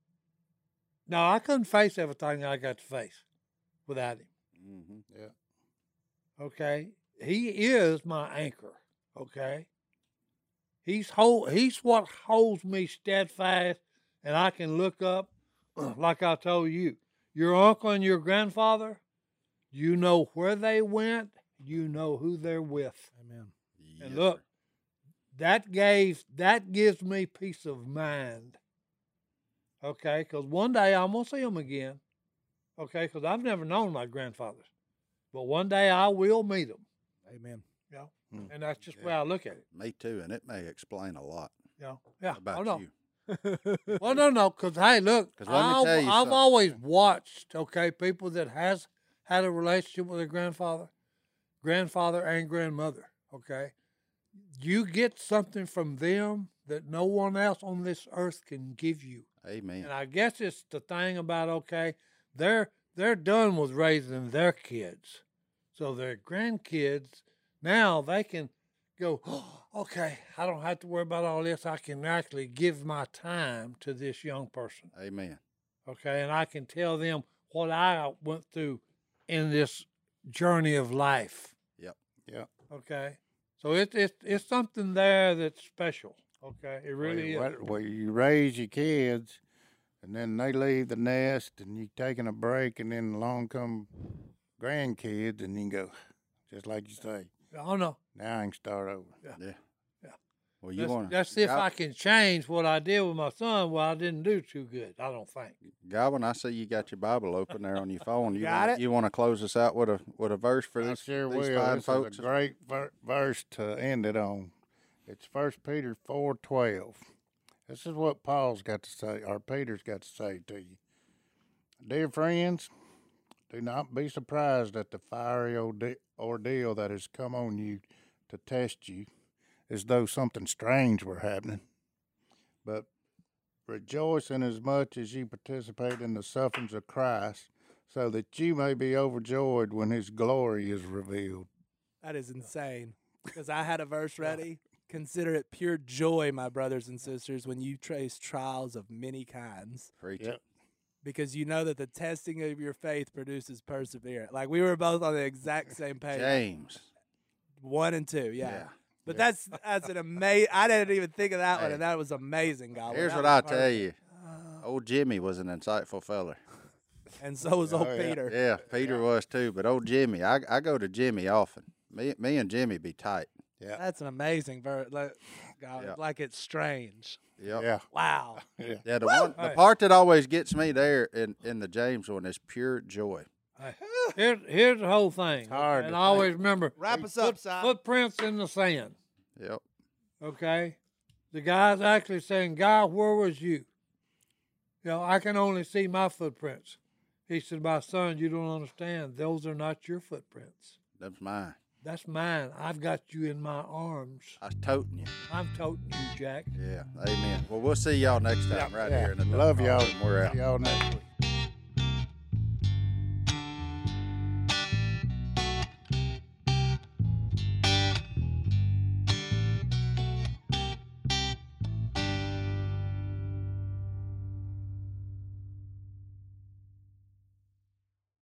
[SPEAKER 3] no, I couldn't face everything I got to face without him.
[SPEAKER 2] Mm-hmm.
[SPEAKER 3] Okay. He is my anchor. Okay. He's hold, he's what holds me steadfast and I *clears throat* can look up like I told you. Your uncle and your grandfather, You know where they went, you know who they're with.
[SPEAKER 5] Amen.
[SPEAKER 3] And
[SPEAKER 2] Yes,
[SPEAKER 3] look, that gave that gives me peace of mind. Okay, because one day I'm gonna see them again. Okay, because I've never known my grandfathers, but one day I will meet them,
[SPEAKER 5] Amen.
[SPEAKER 2] Hmm.
[SPEAKER 3] and that's just the
[SPEAKER 4] Yeah.
[SPEAKER 3] way I look at it.
[SPEAKER 2] sir. me too, and it may explain a lot
[SPEAKER 3] You know? Yeah.
[SPEAKER 2] about
[SPEAKER 3] oh, no.
[SPEAKER 2] you.
[SPEAKER 3] Well, no, no, because hey, look,
[SPEAKER 2] 'Cause let me
[SPEAKER 3] I've,
[SPEAKER 2] tell you
[SPEAKER 3] I've
[SPEAKER 2] something.
[SPEAKER 3] always watched okay people that has had a relationship with their grandfather, grandfather and grandmother. Okay, you get something from them that no one else on this earth can give you,
[SPEAKER 2] Amen.
[SPEAKER 3] and I guess it's the thing about okay, they're they're done with raising their kids, so their grandkids now they can go, *gasps* "Oh, okay, I don't have to worry about all this. I can actually give my time to this young person.
[SPEAKER 2] Amen.
[SPEAKER 3] Okay. And I can tell them what I went through in this journey of life.
[SPEAKER 2] Yep.
[SPEAKER 4] Yep.
[SPEAKER 3] Okay. So it, it, it's something there that's special. Okay. It
[SPEAKER 4] Well,
[SPEAKER 3] really uh,
[SPEAKER 4] you-
[SPEAKER 3] is.
[SPEAKER 4] what- Well, you raise your kids, and then they leave the nest, and you taking a break, and then along come grandkids, and you can go, just like you say,
[SPEAKER 3] Oh, no.
[SPEAKER 4] now I can start over.
[SPEAKER 2] Yeah.
[SPEAKER 3] Yeah.
[SPEAKER 2] Well, you
[SPEAKER 3] That's,
[SPEAKER 2] want
[SPEAKER 3] that's if I can change what I did with my son. Well, I didn't do too good, I don't think.
[SPEAKER 2] Godwin, I see you got your Bible open there on your phone. You
[SPEAKER 5] Got
[SPEAKER 2] wanna,
[SPEAKER 5] it.
[SPEAKER 2] You want to close us out with a with a verse for
[SPEAKER 4] I
[SPEAKER 2] this,
[SPEAKER 4] sure
[SPEAKER 2] these
[SPEAKER 4] will.
[SPEAKER 2] fine
[SPEAKER 4] This
[SPEAKER 2] folks?
[SPEAKER 4] is a great ver- verse to end it on. It's First Peter four twelve. This is what Paul's got to say, or Peter's got to say to you, dear friends. Do not be surprised at the fiery orde- ordeal that has come on you to test you, as though something strange were happening. But rejoice in as much as you participate in the sufferings of Christ, so that you may be overjoyed when his glory is revealed.
[SPEAKER 5] That is
[SPEAKER 2] *laughs*
[SPEAKER 5] insane. Because I had a verse ready. Consider it pure joy, my brothers and sisters, when you trace trials of many kinds,
[SPEAKER 2] Preach
[SPEAKER 4] Yep.
[SPEAKER 2] it.
[SPEAKER 5] because you know that the testing of your faith produces perseverance. Like we were both on the exact same
[SPEAKER 2] *laughs*
[SPEAKER 5] page,
[SPEAKER 2] James.
[SPEAKER 5] one and two, yeah.
[SPEAKER 2] Yeah.
[SPEAKER 5] But that's that's an amazing. I didn't even think of that one,
[SPEAKER 2] Hey.
[SPEAKER 5] and that was amazing, God.
[SPEAKER 2] Here's what I tell you.
[SPEAKER 3] uh,
[SPEAKER 2] Old Jimmy was an insightful feller.
[SPEAKER 5] And so was old
[SPEAKER 4] Oh, yeah.
[SPEAKER 5] Peter.
[SPEAKER 2] Yeah, Peter was too, but old Jimmy, I, I go to Jimmy often. Me me and Jimmy be tight.
[SPEAKER 4] Yeah.
[SPEAKER 5] That's an amazing verse. Like, God,
[SPEAKER 2] Yeah.
[SPEAKER 5] like it's strange.
[SPEAKER 2] Yep.
[SPEAKER 4] Yeah.
[SPEAKER 5] Wow.
[SPEAKER 4] Yeah.
[SPEAKER 2] Yeah, the one, the
[SPEAKER 3] Hey.
[SPEAKER 2] part that always gets me there in, in the James one is pure joy.
[SPEAKER 3] Hey, Here's here's the whole thing.
[SPEAKER 4] hard
[SPEAKER 3] And
[SPEAKER 4] to
[SPEAKER 3] I always remember
[SPEAKER 7] Wrap us up, Si.
[SPEAKER 3] footprints in the sand.
[SPEAKER 2] Yep.
[SPEAKER 3] Okay. The guy's actually saying, God, where was you? You know, I can only see my footprints. He said, My son, you don't understand. Those are not your footprints.
[SPEAKER 2] That's mine.
[SPEAKER 3] That's mine. I've got you in my arms.
[SPEAKER 2] I was toting you.
[SPEAKER 3] I'm toting you, Jack.
[SPEAKER 2] Yeah. Amen. Well, we'll see y'all next time right
[SPEAKER 4] Yeah.
[SPEAKER 2] here in the
[SPEAKER 4] Love
[SPEAKER 2] Dunbar
[SPEAKER 4] y'all.
[SPEAKER 2] Room. We're out.
[SPEAKER 4] See y'all next week.